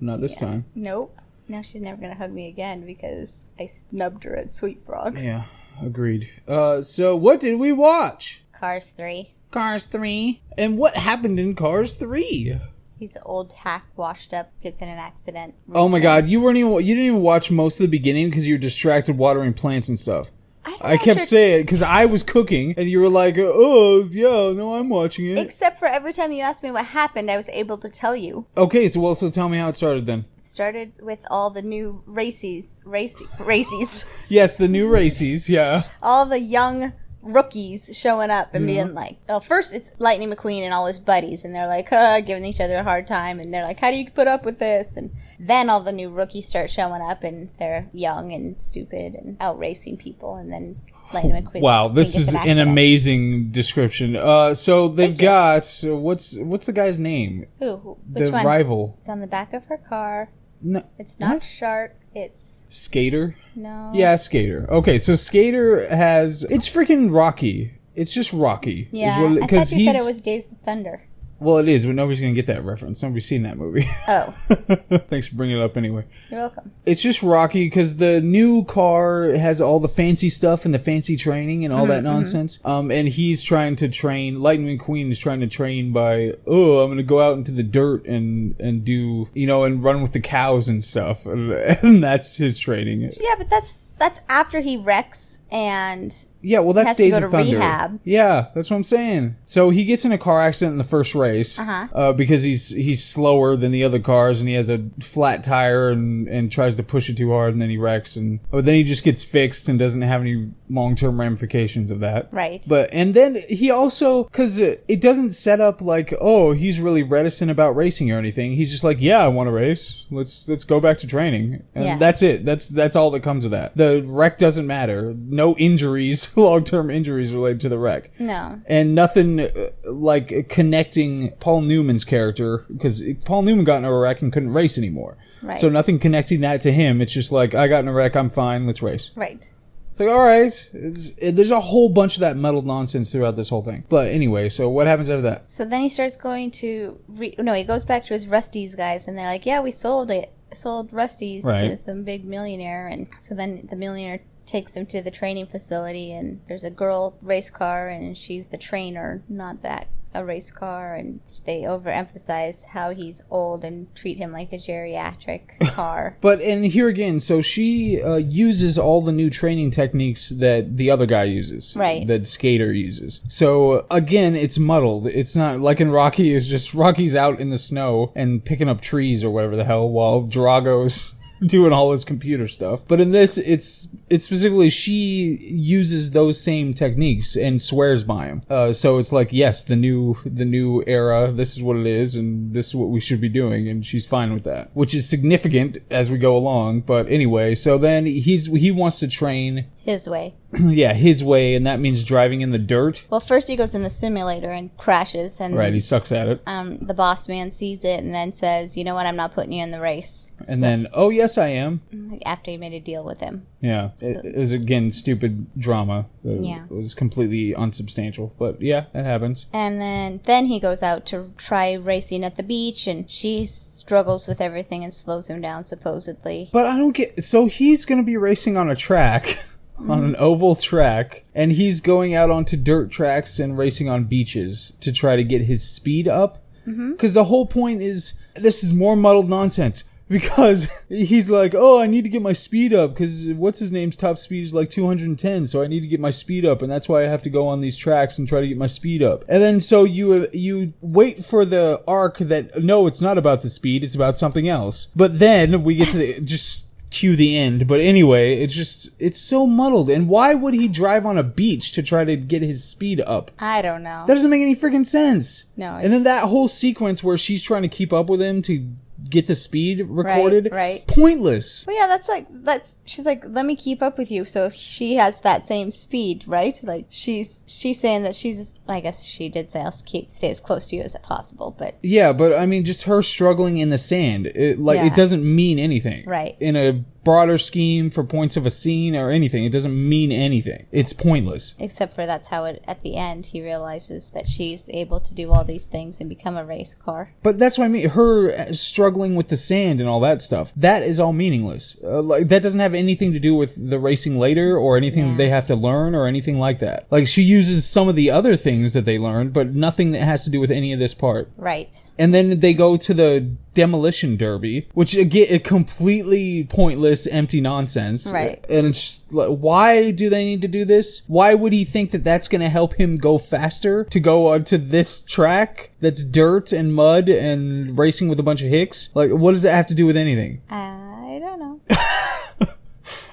S1: not this time.
S2: Nope. Now she's never gonna hug me again because I snubbed her at Sweet Frog.
S1: Yeah, agreed. Uh, so what did we watch?
S2: Cars three.
S1: Cars three. And what happened in Cars three?
S2: He's an old hack, washed up, gets in an accident.
S1: Oh my God, you weren't even you didn't even watch most of the beginning because you were distracted watering plants and stuff.
S2: don't
S1: I
S2: know
S1: kept
S2: if you're-
S1: saying it because I was cooking and you were like, "Oh yeah, no, I'm watching it."
S2: Except for every time you asked me what happened, I was able to tell you.
S1: okay, so well, so tell me how it started then.
S2: It started with all the new races, racy, races,
S1: Yes, the new races. Yeah.
S2: all the young rookies showing up and being like, well, first it's Lightning McQueen and all his buddies, and they're like, huh, giving each other a hard time, and they're like, how do you put up with this? And then all the new rookies start showing up, and they're young and stupid and out racing people, and then Lightning McQueen.
S1: Wow, this
S2: gets
S1: is an
S2: accident.
S1: amazing description. Uh, so they've got so what's what's the guy's name?
S2: Who? Which
S1: the
S2: one?
S1: rival,
S2: It's on the back of her car.
S1: no,
S2: It's not
S1: What?
S2: Shark. It's
S1: Skater.
S2: no.
S1: Yeah, Skater. Okay, so Skater has it's freaking Rocky. It's just Rocky. is
S2: Yeah,
S1: what-
S2: I thought you
S1: he's
S2: said it was Days of Thunder.
S1: well, it is, but nobody's gonna get that reference. Nobody's seen that movie.
S2: Oh,
S1: Thanks for bringing it up anyway.
S2: you're welcome.
S1: It's just Rocky because the new car has all the fancy stuff and the fancy training and all
S2: Mm-hmm,
S1: that nonsense. Um, and he's trying to train. Lightning McQueen is trying to train by, oh, I'm gonna go out into the dirt and and do you know and run with the cows and stuff. And, and that's his training.
S2: Yeah, but that's that's after he wrecks and
S1: Yeah, well, that's
S2: has to
S1: Days
S2: go
S1: of
S2: to
S1: Thunder.
S2: rehab.
S1: Yeah, that's what I'm saying. So he gets in a car accident in the first race
S2: Uh-huh.
S1: uh, because he's he's slower than the other cars, and he has a flat tire and and tries to push it too hard, and then he wrecks, and but then he just gets fixed and doesn't have any long term ramifications of that.
S2: Right.
S1: But and then he also because it doesn't set up like oh he's really reticent about racing or anything. He's just like yeah I want to race. Let's let's go back to training. And
S2: Yeah.
S1: that's it. That's that's all that comes of that. The wreck doesn't matter. No injuries, long term injuries related to the wreck.
S2: No.
S1: And nothing uh, like connecting Paul Newman's character because Paul Newman got in a wreck and couldn't race anymore.
S2: Right.
S1: So nothing connecting that to him. It's just like I got in a wreck. I'm fine. Let's race.
S2: Right.
S1: It's like, all right, it's, it, there's a whole bunch of that metal nonsense throughout this whole thing. But anyway, so what happens after that?
S2: So then he starts going to re- no, he goes back to his Rusty's guys, and they're like, "Yeah, we sold it, sold Rusty's to
S1: Right.
S2: some big millionaire." And so then the millionaire takes him to the training facility, and there's a girl race car, and she's the trainer, not that a race car. And they overemphasize how he's old and treat him like a geriatric car.
S1: But and here again, so she uh, uses all the new training techniques that the other guy uses,
S2: Right.
S1: That skater uses. So again, it's muddled. It's not like in Rocky. It's just Rocky's out in the snow and picking up trees or whatever the hell, while Drago's doing all his computer stuff. But in this, it's it's specifically she uses those same techniques and swears by them. Uh, so it's like, yes, the new the new era. This is what it is, and this is what we should be doing. And she's fine with that, which is significant as we go along. But anyway, so then he's he wants to train,
S2: His way.
S1: yeah, his way, and that means driving in the dirt.
S2: Well, first he goes in the simulator and crashes, and
S1: Right, he sucks at it.
S2: um, the boss man sees it and then says, "You know what? I'm not putting you in the race."
S1: And then, oh yes, I am.
S2: after he made a deal with him.
S1: Yeah, it, it was again stupid drama. that
S2: Yeah.
S1: was completely unsubstantial. But yeah, that happens.
S2: And then then he goes out to try racing at the beach and she struggles with everything and slows him down supposedly.
S1: But I don't get. So he's going to be racing on a track, on an oval track, and he's going out onto dirt tracks and racing on beaches to try to get his speed up. Because the whole point is this is more muddled nonsense. Because he's like, oh, I need to get my speed up. Because what's his name's top speed is like 210, so I need to get my speed up, and that's why I have to go on these tracks and try to get my speed up. And then so you you wait for the arc that no, it's not about the speed, it's about something else. But then we get to the just cue the end. But anyway, it's just it's so muddled. And why would he drive on a beach to try to get his speed up?
S2: I don't know.
S1: That doesn't make any freaking sense.
S2: No, it-
S1: And then that whole sequence where she's trying to keep up with him to get the speed recorded,
S2: right.
S1: Pointless.
S2: Well, yeah, that's like that's she's like, "Let me keep up with you." So she has that same speed, right? Like she's she's saying that she's I guess she did say I'll keep stay as close to you as possible, but
S1: Yeah, but I mean, just her struggling in the sand, it, like
S2: Yeah.
S1: it doesn't mean anything,
S2: Right.
S1: In a broader scheme for points of a scene or anything, it doesn't mean anything. It's pointless.
S2: except for that's how it at the end he realizes that she's able to do all these things and become a race car.
S1: But that's what I mean. Her uh, struggling with the sand and all that stuff. That is all meaningless. Uh, like that doesn't have anything to do with the racing later or anything that they have to learn or anything like that. Like she uses some of the other things that they learned, but nothing that has to do with any of this part.
S2: Right.
S1: And then they go to the demolition derby, which again, it completely pointless, empty nonsense.
S2: Right.
S1: And it's just like, why do they need to do this? Why would he think that that's going to help him go faster to go onto this track that's dirt and mud and racing with a bunch of hicks? Like, what does that have to do with anything?
S2: I don't know.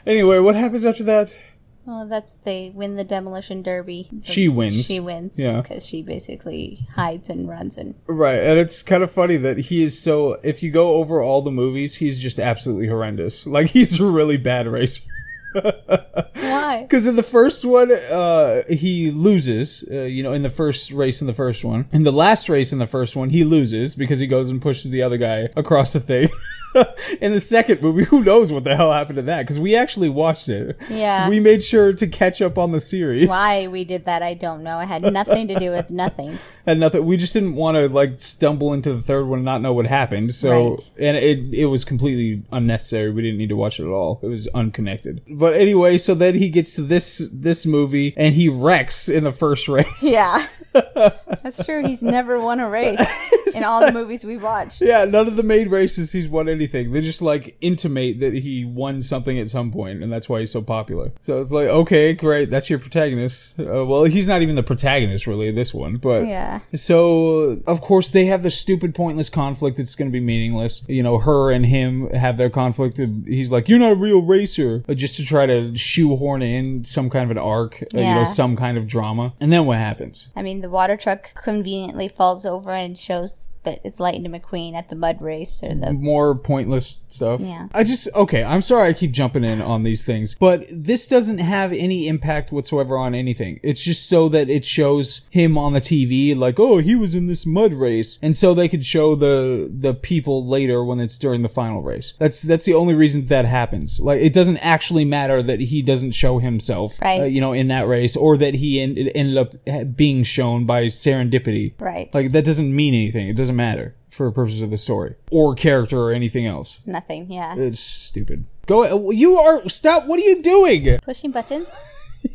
S1: Anyway, what happens after that?
S2: Well, that's they win the demolition derby.
S1: She wins.
S2: She wins.
S1: Yeah.
S2: because she basically hides and runs and
S1: Right, and it's kind of funny that he is so. If you go over all the movies, he's just absolutely horrendous. Like he's a really bad racer.
S2: why?
S1: Because in the first one, uh, he loses. Uh, you know, in the first race, in the first one, in the last race, in the first one, he loses because he goes and pushes the other guy across the thing. in the second movie, who knows what the hell happened to that? Because we actually watched it.
S2: Yeah.
S1: we made sure to catch up on the series.
S2: Why we did that, I don't know. It had nothing to do with nothing.
S1: and nothing. We just didn't want to like stumble into the third one and not know what happened. So
S2: Right.
S1: and it it was completely unnecessary. We didn't need to watch it at all. It was unconnected. But anyway, so then he gets to this this movie and he wrecks in the first race.
S2: Yeah, that's true. He's never won a race. in all the movies we watched.
S1: Yeah, none of the main races he's won anything. They just like intimate that he won something at some point, and that's why he's so popular. So it's like, okay, great, that's your protagonist. Uh, well, he's not even the protagonist really this one, but
S2: Yeah.
S1: So of course they have this stupid, pointless conflict that's going to be meaningless. You know, her and him have their conflict. and He's like, "You're not a real racer," uh, just to try to shoehorn in some kind of an arc, uh, you
S2: Yeah.
S1: know, some kind of drama. And then what happens?
S2: I mean, the water truck conveniently falls over and shows that it's Lightning McQueen at the mud race or the
S1: more pointless stuff.
S2: Yeah.
S1: I just okay, I'm sorry I keep jumping in on these things, but this doesn't have any impact whatsoever on anything. It's just so that it shows him on the TV like, "Oh, he was in this mud race." And so they could show the the people later when it's during the final race. That's that's the only reason that happens. Like it doesn't actually matter that he doesn't show himself,
S2: Right.
S1: uh, you know, in that race or that he en- ended up ha- being shown by serendipity.
S2: Right.
S1: Like that doesn't mean anything. It doesn't matter for purposes of the story or character or anything else.
S2: nothing. Yeah.
S1: It's stupid. Go. You are stop. What are you doing?
S2: Pushing buttons.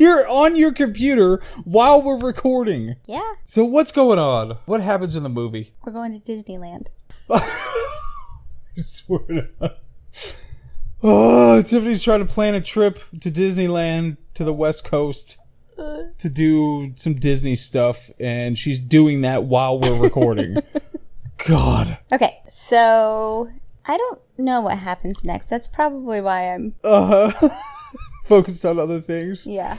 S1: You're on your computer while we're recording.
S2: Yeah.
S1: So what's going on? What happens in the movie?
S2: We're going to Disneyland.
S1: I swear to God. Oh, Tiffany's trying to plan a trip to Disneyland to the West Coast to do some Disney stuff, and she's doing that while we're recording. God.
S2: Okay. So I don't know what happens next. That's probably why I'm.
S1: Focused on other things.
S2: Yeah.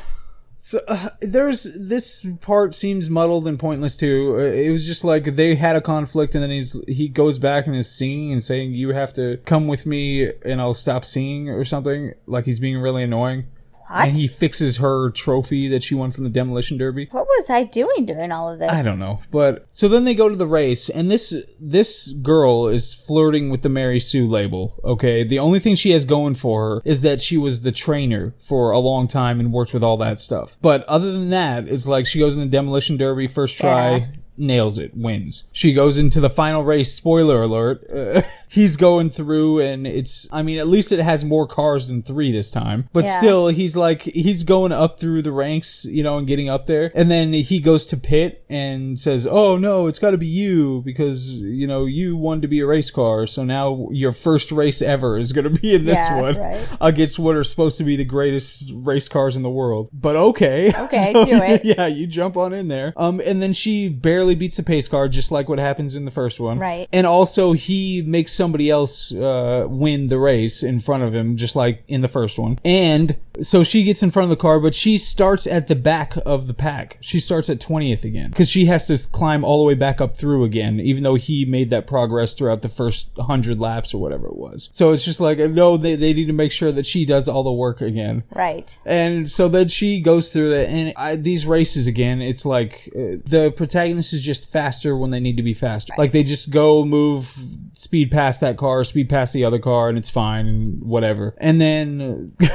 S1: So, uh, there's this part seems muddled and pointless too. Uh, It was just like they had a conflict, and then he's he goes back and is singing and saying, "You have to come with me, and I'll stop singing" or something. Like he's being really annoying.
S2: What?
S1: And he fixes her trophy that she won from the demolition derby.
S2: What was I doing during all of this?
S1: I don't know, but so then they go to the race, and this this girl is flirting with the Mary Sue label. Okay, the only thing she has going for her is that she was the trainer for a long time and worked with all that stuff. But other than that, it's like she goes in the demolition derby first try.
S2: Yeah.
S1: Nails it, wins. She goes into the final race. Spoiler alert. Uh, he's going through, and it's, I mean, at least it has more cars than three this time. But
S2: Yeah.
S1: still, still, he's like he's going up through the ranks, you know, and getting up there. And then he goes to Pitt and says, "Oh no, it's got to be you because you know you wanted to be a race car, so now your first race ever is going to be in this
S2: Yeah,
S1: one
S2: right.
S1: against what are supposed to be the greatest race cars in the world." But okay,
S2: Okay, do it.
S1: yeah, you jump on in there. Um, and then she barely beats the pace car, just like what happens in the first one.
S2: Right.
S1: And also, he makes somebody else uh, win the race in front of him, just like in the first one. And so she gets in front of the car, but she starts at the back of the pack. She starts at 20th again because she has to climb all the way back up through again, even though he made that progress throughout the first 100 laps or whatever it was. So it's just like, no, they, they need to make sure that she does all the work again.
S2: Right.
S1: And so then she goes through that, and I, these races again, it's like uh, the protagonist is just faster when they need to be faster. Like they just go move speed past that car, speed past the other car, and it's fine and whatever. And then. uh,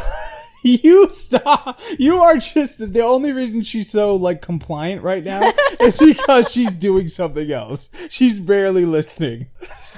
S1: You stop. You are just the only reason she's so like compliant right now is because she's doing something else. She's barely listening.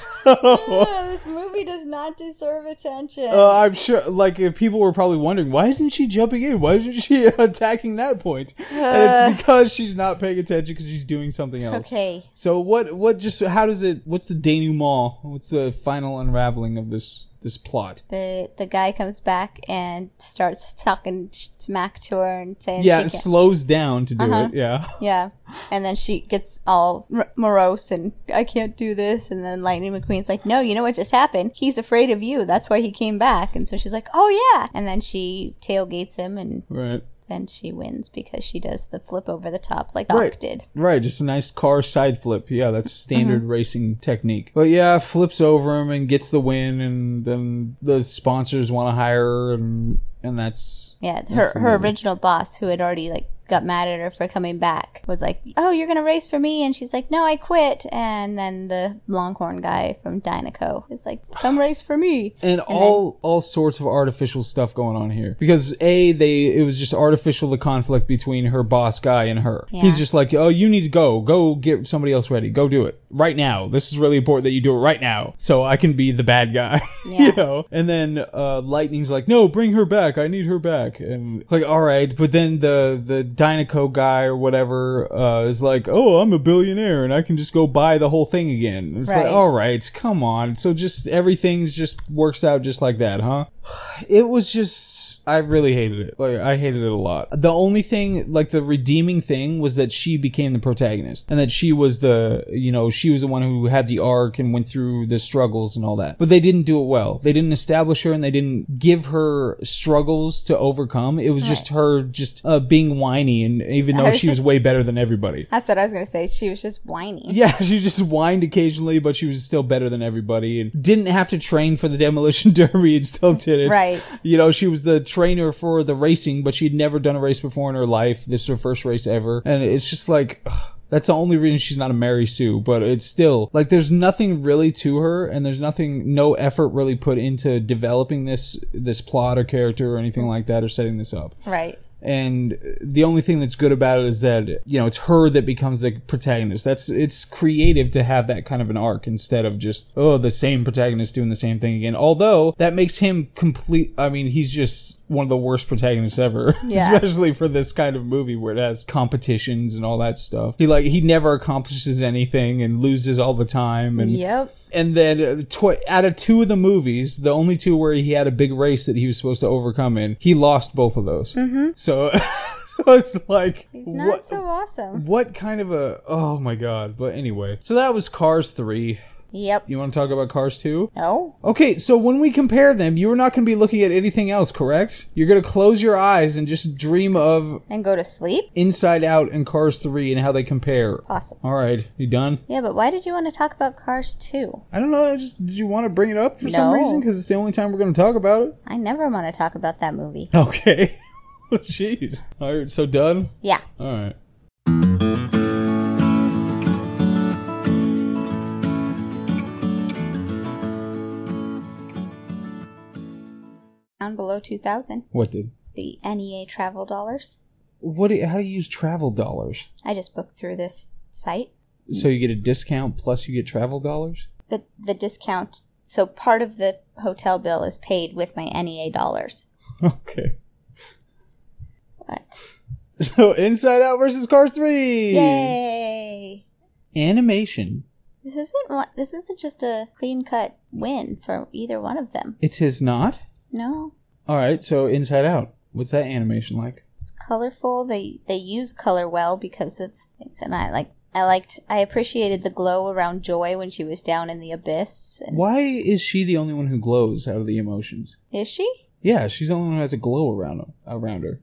S1: So
S2: this movie does not deserve attention.
S1: uh, I'm sure, like, if people were probably wondering, why isn't she jumping in? Why isn't she attacking that point? and it's because she's not paying attention because she's doing something else.
S2: okay.
S1: So what? What just? How does it? What's the denouement? What's the final unraveling of this this plot?
S2: The the guy comes back and starts talking sh- smack to her and saying,
S1: Yeah,
S2: she
S1: it
S2: can't-
S1: slows down to do it. Yeah.
S2: Yeah. And then she gets all r- morose and I can't do this. And then Lightning McQueen's like, no, you know what just happened? He's afraid of you. That's why he came back. And so she's like, oh yeah. And then she tailgates him and
S1: Right.
S2: then she wins because she does the flip over the top like Doc
S1: Right.
S2: did.
S1: Right, just a nice car side flip. Yeah, that's standard racing technique. But yeah, flips over him and gets the win, and then the sponsors want to hire her, and and that's
S2: Yeah.
S1: That's
S2: Her,
S1: amazing.
S2: her original boss who had already like got mad at her for coming back was like, oh, you're going to race for me. And she's like, no, I quit. And then the Longhorn guy from Dynaco is like, come race for me.
S1: and all all sorts of artificial stuff going on here because a they it was just artificial the conflict between her boss guy and her he's just like oh you need to go go get somebody else ready go do it right now. This is really important that you do it right now, so I can be the bad guy.
S2: Yeah.
S1: you know? And then uh, Lightning's like, "No, bring her back. I need her back." And like, all right, but then the the Dynaco guy or whatever uh, is like, "Oh, I'm a billionaire and I can just go buy the whole thing again." It's
S2: Right.
S1: like, all right, come on. So just everything's just works out just like that, huh? it was just I really hated it. Like I hated it a lot. The only thing like the redeeming thing was that she became the protagonist and that she was the you know, she was the one who had the arc and went through the struggles and all that. But they didn't do it well. They didn't establish her and they didn't give her struggles to overcome. It was just her just uh, being whiny and even though
S2: was
S1: she was
S2: just-
S1: way better than everybody.
S2: That's what I was gonna say. She was just whiny.
S1: Yeah, she just whined occasionally, but she was still better than everybody and didn't have to train for the demolition derby and still did it.
S2: Right.
S1: You know, she was the trainer for the racing, but she'd never done a race before in her life. This is her first race ever. And it's just like, ugh, that's the only reason she's not a Mary Sue, but it's still like there's nothing really to her and there's nothing, no effort really put into developing this, this plot or character or anything like that or setting this up.
S2: Right.
S1: And the only thing that's good about it is that, you know, it's her that becomes the protagonist. That's, it's creative to have that kind of an arc instead of just, oh, the same protagonist doing the same thing again. Although that makes him complete, I mean, he's just one of the worst protagonists ever.
S2: Yeah.
S1: Especially for this kind of movie where it has competitions and all that stuff. He like, he never accomplishes anything and loses all the time. And
S2: Yep.
S1: and then uh, tw- out of two of the movies, the only two where he had a big race that he was supposed to overcome in, he lost both of those. Mm-hmm. So, so it's like
S2: He's not
S1: what,
S2: so awesome.
S1: what kind of a oh my god! But anyway, so that was Cars three.
S2: Yep.
S1: You want to talk about Cars two?
S2: No.
S1: Okay, so when we compare them, you're not going to be looking at anything else, correct? You're going to close your eyes and just dream of
S2: And go to sleep?
S1: Inside Out and Cars three and how they compare.
S2: Awesome.
S1: All right, you done?
S2: Yeah, but why did you want to talk about Cars 2?
S1: I don't know. I just did you want to bring it up for some
S2: No.
S1: reason? Because it's the only time we're going to talk about it.
S2: I never want to talk about that movie.
S1: Okay. Well, Jeez. All right. So done.
S2: Yeah.
S1: All right.
S2: Down below 2000.
S1: What did?
S2: The NEA travel dollars.
S1: What? Do you, how do you use travel dollars?
S2: I just booked through this site.
S1: So you get a discount plus you get travel dollars.
S2: The, the discount. So part of the hotel bill is paid with my NEA dollars.
S1: Okay.
S2: What?
S1: So Inside Out versus Cars Three.
S2: Yay!
S1: Animation.
S2: This isn't what, this isn't just a clean cut win for either one of them.
S1: It is not.
S2: No.
S1: All right. So Inside Out. What's that animation like?
S2: it's colorful. They they use color well because of things, and I like I liked I appreciated the glow around Joy when she was down in the abyss. And
S1: Why is she the only one who glows out of the emotions?
S2: is she?
S1: Yeah, she's the only one who has a glow around around her.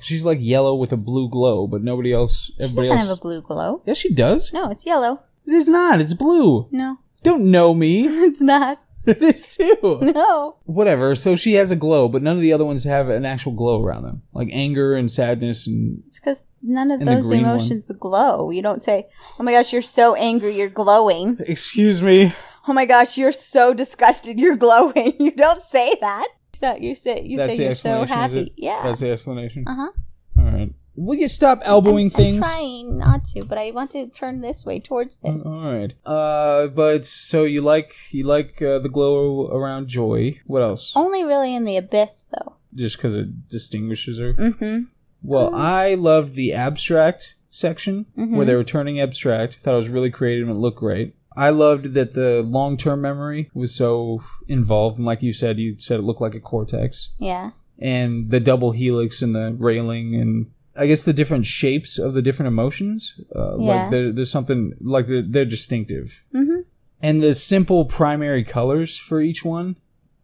S1: She's like yellow with a blue glow, but nobody else.
S2: She
S1: Everybody
S2: doesn't
S1: else.
S2: have a blue glow.
S1: yes, she does.
S2: No, it's yellow.
S1: It is not. It's blue.
S2: No,
S1: Don't know me.
S2: it's not.
S1: it is too.
S2: No.
S1: Whatever. So she has a glow, but none of the other ones have an actual glow around them, like anger and sadness and
S2: It's because none of
S1: And the
S2: those
S1: green one.
S2: emotions glow. You don't say, "Oh my gosh, you're so angry, you're glowing."
S1: excuse me.
S2: Oh my gosh, you're so disgusted, you're glowing. You don't say that. So you say you say you're so
S1: is
S2: happy.
S1: it?
S2: Yeah.
S1: That's the explanation.
S2: uh huh.
S1: All right. Will you stop elbowing things?
S2: I'm trying not to, but I want to turn this way towards this.
S1: All right. Uh, but so you like you like uh, the glow around joy. What else?
S2: Only really in the abyss, though.
S1: Just because it distinguishes her. Mm-hmm. Well, I loved the abstract section where they were turning abstract. Thought it was really creative and it looked great. I loved that the long term memory was so involved, and like you said, you said it looked like a cortex,
S2: Yeah.
S1: and the double helix and the railing, and I guess the different shapes of the different emotions. Uh,
S2: Yeah.
S1: Like there, there's something like they're, they're distinctive, mm-hmm. and the simple primary colors for each one,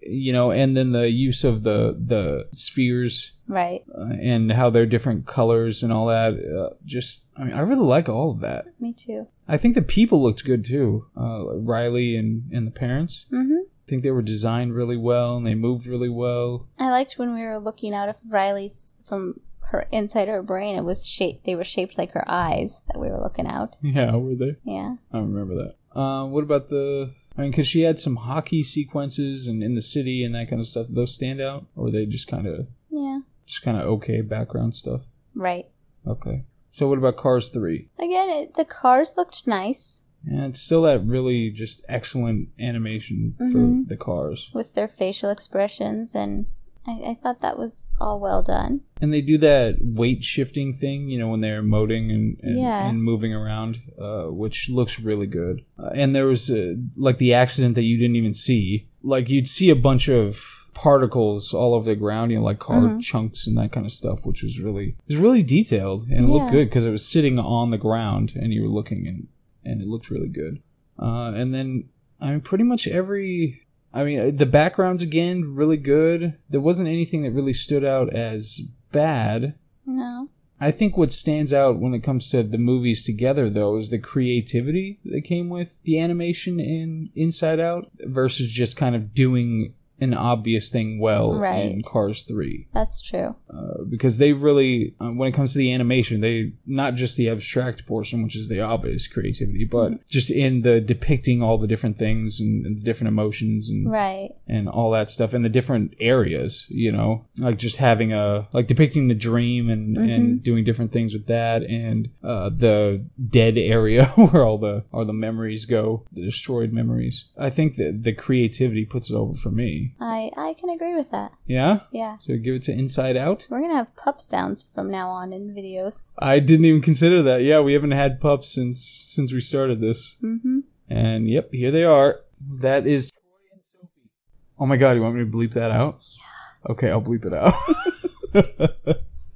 S1: you know, and then the use of the the spheres
S2: Right.
S1: uh, and how they're different colors and all that. Uh, just, I mean, I really like all of that.
S2: Me too.
S1: I think the people looked good too. Uh, like Riley and, and the parents. Mm-hmm. I think they were designed really well and they moved really well.
S2: I liked when we were looking out of Riley's from her inside her brain. It was shaped. They were shaped like her eyes that we were looking out.
S1: Yeah, were they?
S2: Yeah.
S1: I remember that. Um, what about the? I mean, because she had some hockey sequences and in the city and that kind of stuff. Did those stand out, or were they just kind of
S2: Yeah.
S1: just kind of okay background stuff?
S2: Right.
S1: Okay. So what about Cars Three?
S2: Again, it, the cars looked nice.
S1: And it's still that really just excellent animation for the cars.
S2: with their facial expressions, and I, I thought that was all well done.
S1: And they do that weight shifting thing, you know, when they're emoting and, and,
S2: Yeah.
S1: and moving around, uh, which looks really good. Uh, and there was uh like the accident that you didn't even see. Like you'd see a bunch of particles all over the ground, you know, like car chunks and that kind of stuff, which was really, it was really detailed and it looked
S2: Yeah.
S1: good because it was sitting on the ground and you were looking and, and it looked really good. Uh, and then, I mean, pretty much every I mean, uh, the backgrounds again really good. There wasn't anything that really stood out as bad.
S2: No,
S1: I think what stands out when it comes to the movies together, though, is the creativity that came with the animation in Inside Out versus just kind of doing an obvious thing well in
S2: Right.
S1: Cars 3.
S2: that's true.
S1: Uh, because they really, uh, when it comes to the animation, they, not just the abstract portion, which is the obvious creativity, but just in the depicting all the different things and, and the different emotions and
S2: Right.
S1: and all that stuff and the different areas you know like just having a like depicting the dream and and doing different things with that and uh the dead area where all the all the memories go the destroyed memories i think that the creativity puts it over for me
S2: I I can agree with that.
S1: yeah
S2: Yeah.
S1: so give it to inside out
S2: We're gonna have pup sounds from now on in videos.
S1: i didn't even consider that yeah we haven't had pups since since we started this mm-hmm. and yep here they are that is oh my god you want me to bleep that out yeah okay i'll bleep it out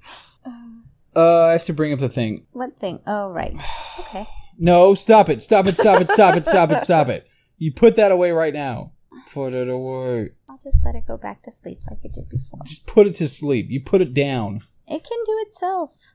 S1: uh, i have to bring up the thing
S2: What thing? Oh, right. Okay.
S1: no stop it stop it stop it stop it stop it stop it you put that away right now put it away
S2: I'll just let it go back to sleep like it did before.
S1: just put it to sleep you put it down
S2: It can do itself.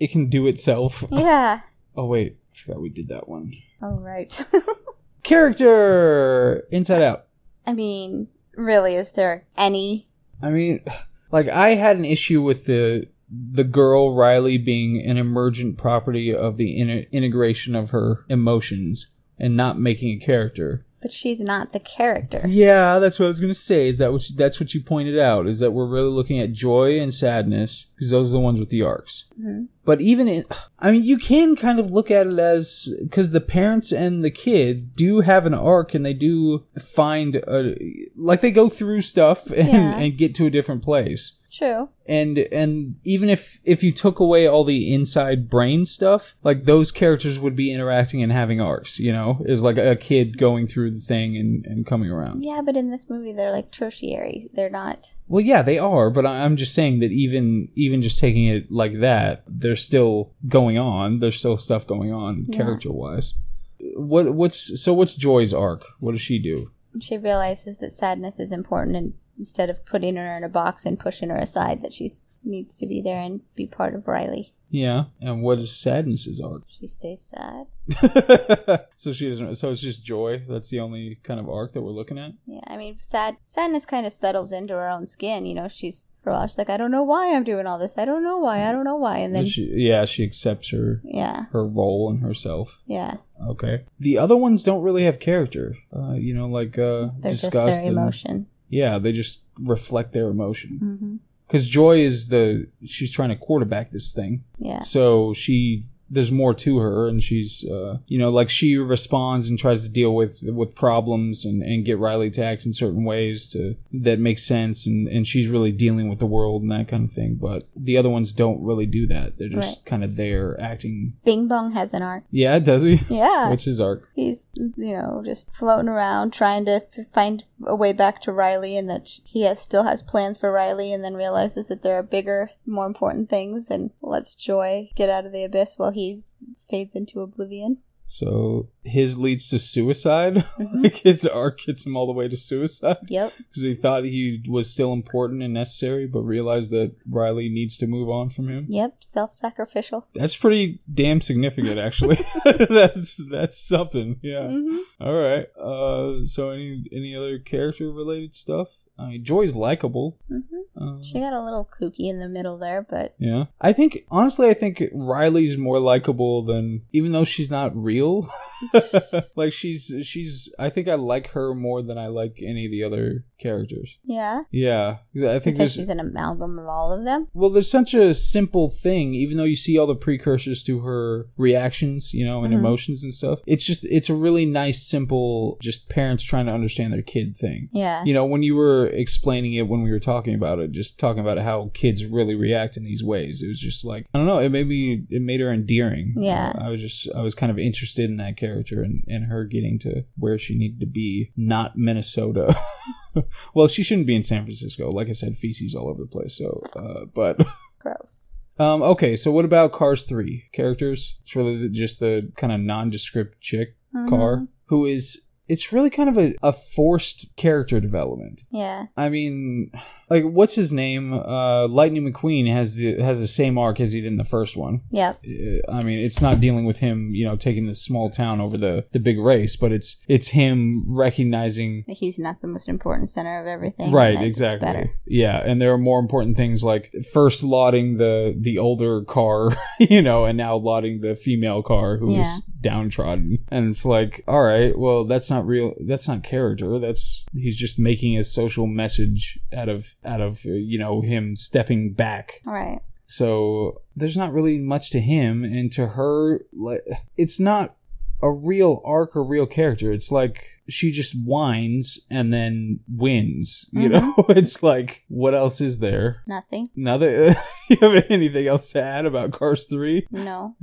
S1: it can do itself
S2: Yeah.
S1: oh wait i forgot we did that one
S2: All right.
S1: character inside out
S2: I mean, really, is there any?
S1: I mean, like I had an issue with the the girl Riley being an emergent property of the in- integration of her emotions and not making a character.
S2: But she's not the character.
S1: Yeah, that's what I was gonna say. Is that what you, that's what you pointed out? Is that we're really looking at joy and sadness because those are the ones with the arcs. But even in, I mean, you can kind of look at it as because the parents and the kid do have an arc and they do find a like they go through stuff and,
S2: Yeah.
S1: and get to a different place
S2: True.
S1: and and even if if you took away all the inside brain stuff like those characters would be interacting and having arcs you know is like a kid going through the thing and and coming around
S2: Yeah, but in this movie, they're like tertiary. They're not.
S1: well yeah they are but I- i'm just saying that even even just taking it like that they're still going on there's still stuff going on character wise what what's so what's joy's arc what does she do
S2: She realizes that sadness is important, and instead of putting her in a box and pushing her aside, that she needs to be there and be part of Riley.
S1: yeah and what is sadness's arc
S2: She stays sad.
S1: so she doesn't so it's just joy that's the only kind of arc that we're looking at
S2: Yeah, I mean, sad sadness kind of settles into her own skin. You know, she's for a while she's like, I don't know why I'm doing all this. I don't know why. I don't know why. And then,
S1: she, yeah she accepts her
S2: yeah,
S1: her role and herself.
S2: yeah,
S1: Okay. The other ones don't really have character. Uh, you know, like uh,
S2: they're
S1: disgust
S2: just their
S1: and-
S2: emotion.
S1: yeah, they just reflect their emotion. Because Joy is the she's trying to quarterback this thing,
S2: Yeah,
S1: so she there's more to her, and she's uh, you know like she responds and tries to deal with with problems and and get Riley to act in certain ways to that makes sense, and and she's really dealing with the world and that kind of thing. But the other ones don't really do that. They're just kind of there acting
S2: Bing Bong has an arc.
S1: Yeah, does he?
S2: Yeah,
S1: What's his arc?
S2: he's you know just floating around trying to f- find a way back to Riley, and that sh- he has still has plans for Riley, and then realizes that there are bigger, more important things, and lets Joy get out of the abyss while he's fades into oblivion.
S1: So his leads to suicide.
S2: Mm-hmm.
S1: like his arc gets him all the way to suicide
S2: Yep.
S1: because he thought he was still important and necessary, but realized that Riley needs to move on from him.
S2: Yep, self-sacrificial.
S1: That's pretty damn significant, actually. that's that's something. Yeah. All right. Uh, so any any other character related stuff? I mean, Joy's likable. Um,
S2: She got a little kooky in the middle there, but
S1: Yeah. I think, honestly, I think Riley's more likable than, even though she's not real. like, she's, she's, I think I like her more than I like any of the other characters.
S2: yeah,
S1: Yeah. 'Cause I think
S2: because
S1: there's,
S2: she's an amalgam of all of them.
S1: well, there's such a simple thing, even though you see all the precursors to her reactions, you know, and
S2: Mm-hmm.
S1: emotions and stuff. It's just, it's a really nice, simple, just parents trying to understand their kid thing.
S2: Yeah.
S1: You know, when you were explaining it, when we were talking about it, just talking about how kids really react in these ways, it was just like I don't know. It made me, it made her endearing.
S2: Yeah.
S1: I was just, I was kind of interested in that character and and her getting to where she needed to be, not Minnesota. well, she shouldn't be in San Francisco. Like I said, feces all over the place. So, uh, but.
S2: Gross.
S1: Um, okay, so what about Cars 3 characters? It's really the- just the kind of nondescript chick
S2: Mm-hmm.
S1: car who is. It's really kind of a, a forced character development.
S2: Yeah.
S1: I mean, like what's his name? Uh, Lightning McQueen has the has the same arc as he did in the first one.
S2: Yep.
S1: Uh, I mean, it's not dealing with him, you know, taking the small town over the the big race, but it's it's him recognizing
S2: He's not the most important center of everything.
S1: right
S2: and it's
S1: exactly
S2: Better.
S1: yeah and there are more important things like first lauding the the older car you know and now lauding the female car who is
S2: Yeah.
S1: downtrodden and it's like all right well that's not real that's not character that's he's just making a social message out of out of uh, you know him stepping back
S2: Right.
S1: so there's not really much to him, and to her, like it's not a real arc or real character. It's like she just whines and then wins. You know, it's like what else is there?
S2: Nothing.
S1: Now that you have anything else to add about Cars Three?
S2: No.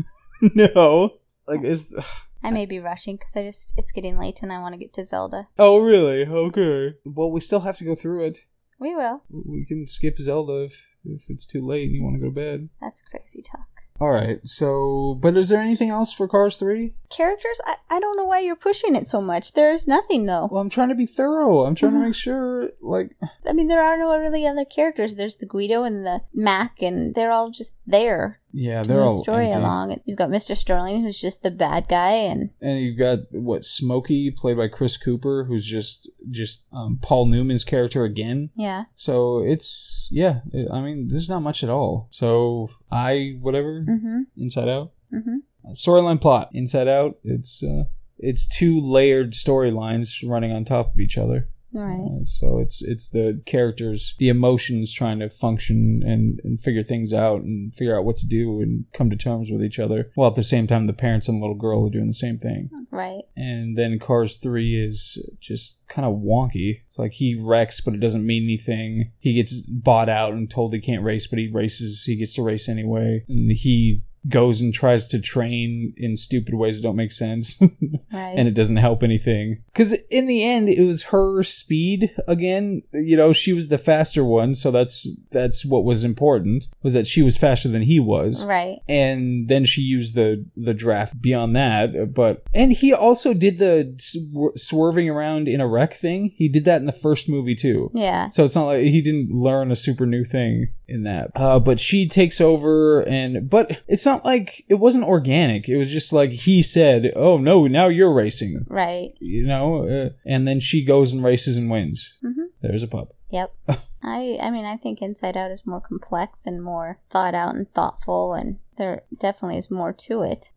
S1: No, like it's
S2: I may be rushing because I just it's getting late and I want to get to Zelda.
S1: oh really okay. Well, we still have to go through it.
S2: We will.
S1: We can skip Zelda if, if it's too late and you want to go to bed.
S2: That's crazy talk.
S1: All right. So, but is there anything else for Cars Three?
S2: Characters, I, I don't know why you're pushing it so much. There is nothing though.
S1: Well, I'm trying to be thorough. I'm trying to make sure, like,
S2: I mean, there are no really other characters. There's the Guido and the Mac, and they're all just there.
S1: yeah,
S2: Move
S1: they're
S2: the
S1: all
S2: story
S1: empty.
S2: along. You've got Mr. Sterling, who's just the bad guy, and
S1: And you've got what Smokey, played by Chris Cooper, who's just just um, Paul Newman's character again.
S2: yeah,
S1: So it's yeah, it- I mean, there's not much at all. So I whatever
S2: Mm. Mm-hmm.
S1: Inside Out
S2: Mhm.
S1: Uh, storyline plot Inside Out. It's uh, it's two layered storylines running on top of each other.
S2: right,
S1: Uh, so it's it's the characters the emotions trying to function and, and figure things out and figure out what to do and come to terms with each other while at the same time the parents and little girl are doing the same thing
S2: right,
S1: and then cars 3 is just kind of wonky it's like he wrecks but it doesn't mean anything he gets bought out and told he can't race but he races he gets to race anyway and he goes and tries to train in stupid ways that don't make sense
S2: right.
S1: and it doesn't help anything. Because in the end, it was her speed again. You know, she was the faster one, so that's that's what was important was that she was faster than he was.
S2: Right.
S1: And then she used the the draft beyond that, but and he also did the sw- swerving around in a wreck thing. He did that in the first movie too.
S2: Yeah.
S1: So it's not like he didn't learn a super new thing in that. Uh, but she takes over and, but it's not like it wasn't organic. It was just like he said, Oh no, now you're racing,
S2: Right.
S1: you know? Uh, and then she goes and races and wins. Mm-hmm. There's a pup.
S2: Yep. I I mean I think Inside Out is more complex and more thought out and thoughtful and there definitely is more to it.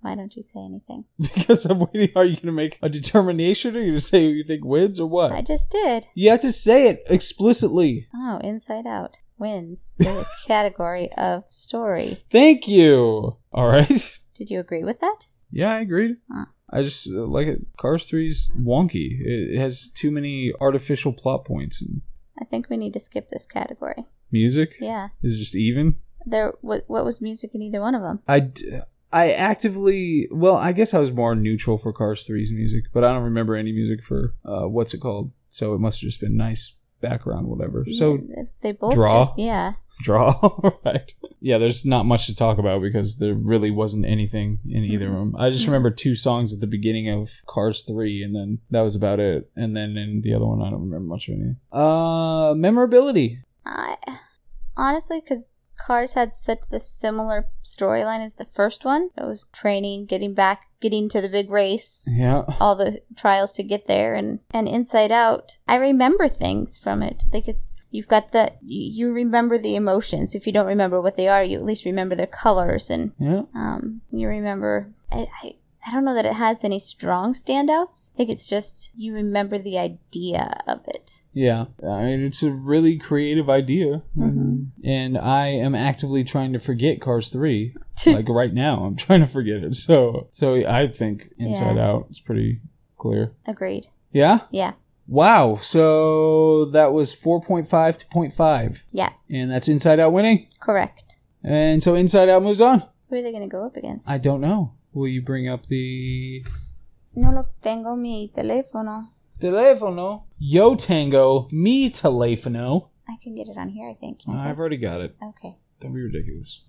S2: Why don't you say anything?
S1: because I'm waiting. Are you going to make a determination? Are you going to say who you think wins or what?
S2: I just did.
S1: you have to say it explicitly.
S2: Oh, Inside Out wins the category of story.
S1: Thank you. All right.
S2: Did you agree with that?
S1: Yeah, I agreed.
S2: Huh.
S1: I just uh, like it. Cars 3's wonky. It, it has too many artificial plot points. And
S2: I think we need to skip this category.
S1: music
S2: Yeah.
S1: is just even.
S2: There what what was music in either one of them?
S1: I, d- I actively, well, I guess I was more neutral for Cars 3's music, but I don't remember any music for, uh, what's it called? So it must have just been nice background, whatever. So
S2: Yeah, they both
S1: draw?
S2: just- yeah.
S1: draw, right? Yeah, there's not much to talk about because there really wasn't anything in either of them. I just remember two songs at the beginning of Cars 3, and then that was about it. And then in the other one, I don't remember much of anything. Uh, memorability.
S2: I honestly, because Cars had such the similar storyline as the first one. It was training, getting back, getting to the big race,
S1: Yeah.
S2: all the trials to get there, and and Inside Out. I remember things from it. Like it's you've got the you you remember the emotions. If you don't remember what they are, you at least remember their colors and
S1: Yeah.
S2: um, you remember I, I I don't know that it has any strong standouts. I think it's just you remember the idea of it.
S1: Yeah. I mean, it's a really creative idea. And I am actively trying to forget Cars 3. like right now, I'm trying to forget it. So, so I think Inside
S2: Yeah.
S1: Out is pretty clear.
S2: Agreed.
S1: Yeah.
S2: Yeah.
S1: Wow. So that was 4.5 to 0.5.
S2: Yeah.
S1: And that's Inside Out winning.
S2: Correct.
S1: And so Inside Out moves on.
S2: Who are they going to go up against?
S1: I don't know. Will you bring up the
S2: no lo tengo mi teléfono.
S1: telefono? Yo Tango, me telefono.
S2: I can get it on here, I think. Can't
S1: I've already got it.
S2: I? Okay.
S1: Don't be ridiculous.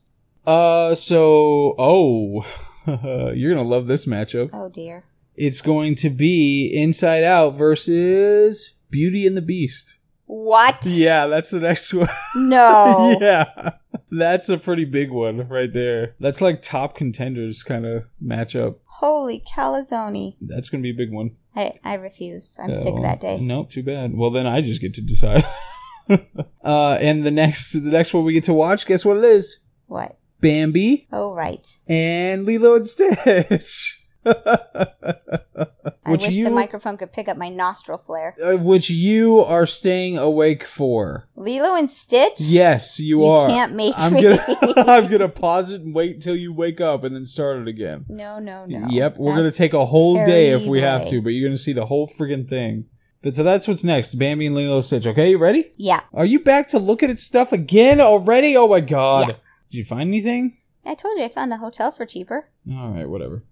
S1: Uh, so oh, you're gonna love this matchup.
S2: Oh dear.
S1: It's going to be Inside Out versus Beauty and the Beast.
S2: What?
S1: Yeah, that's the next one.
S2: No.
S1: yeah, that's a pretty big one right there. That's like top contenders kind of matchup.
S2: Holy calzone.
S1: That's gonna be a big one.
S2: I, I refuse. I'm
S1: Uh,
S2: sick
S1: well,
S2: that day.
S1: Nope, too bad. Well, then I just get to decide. uh, and the next, the next one we get to watch, guess what it is?
S2: What?
S1: Bambi
S2: Oh, right.
S1: and Lilo and Stitch.
S2: I
S1: Which
S2: wish
S1: you-
S2: the microphone could pick up my nostril flare.
S1: Uh, Which you are staying awake for.
S2: Lilo and Stitch?
S1: Yes, you,
S2: You
S1: are.
S2: can't make
S1: I'm
S2: me.
S1: gonna. I'm gonna pause it and wait till you wake up, and then start it again.
S2: No, no, no.
S1: Yep, we're gonna
S2: That's
S1: take a whole day if we have to,
S2: terrible.
S1: but you're gonna see the whole friggin' thing. But so that's what's next, Bambi and Lilo and Stitch. Okay, you ready?
S2: Yeah.
S1: Are you back to look at its stuff again already? Oh my god.
S2: Yeah.
S1: Did you find anything?
S2: I told you I found the hotel for cheaper.
S1: All right, whatever.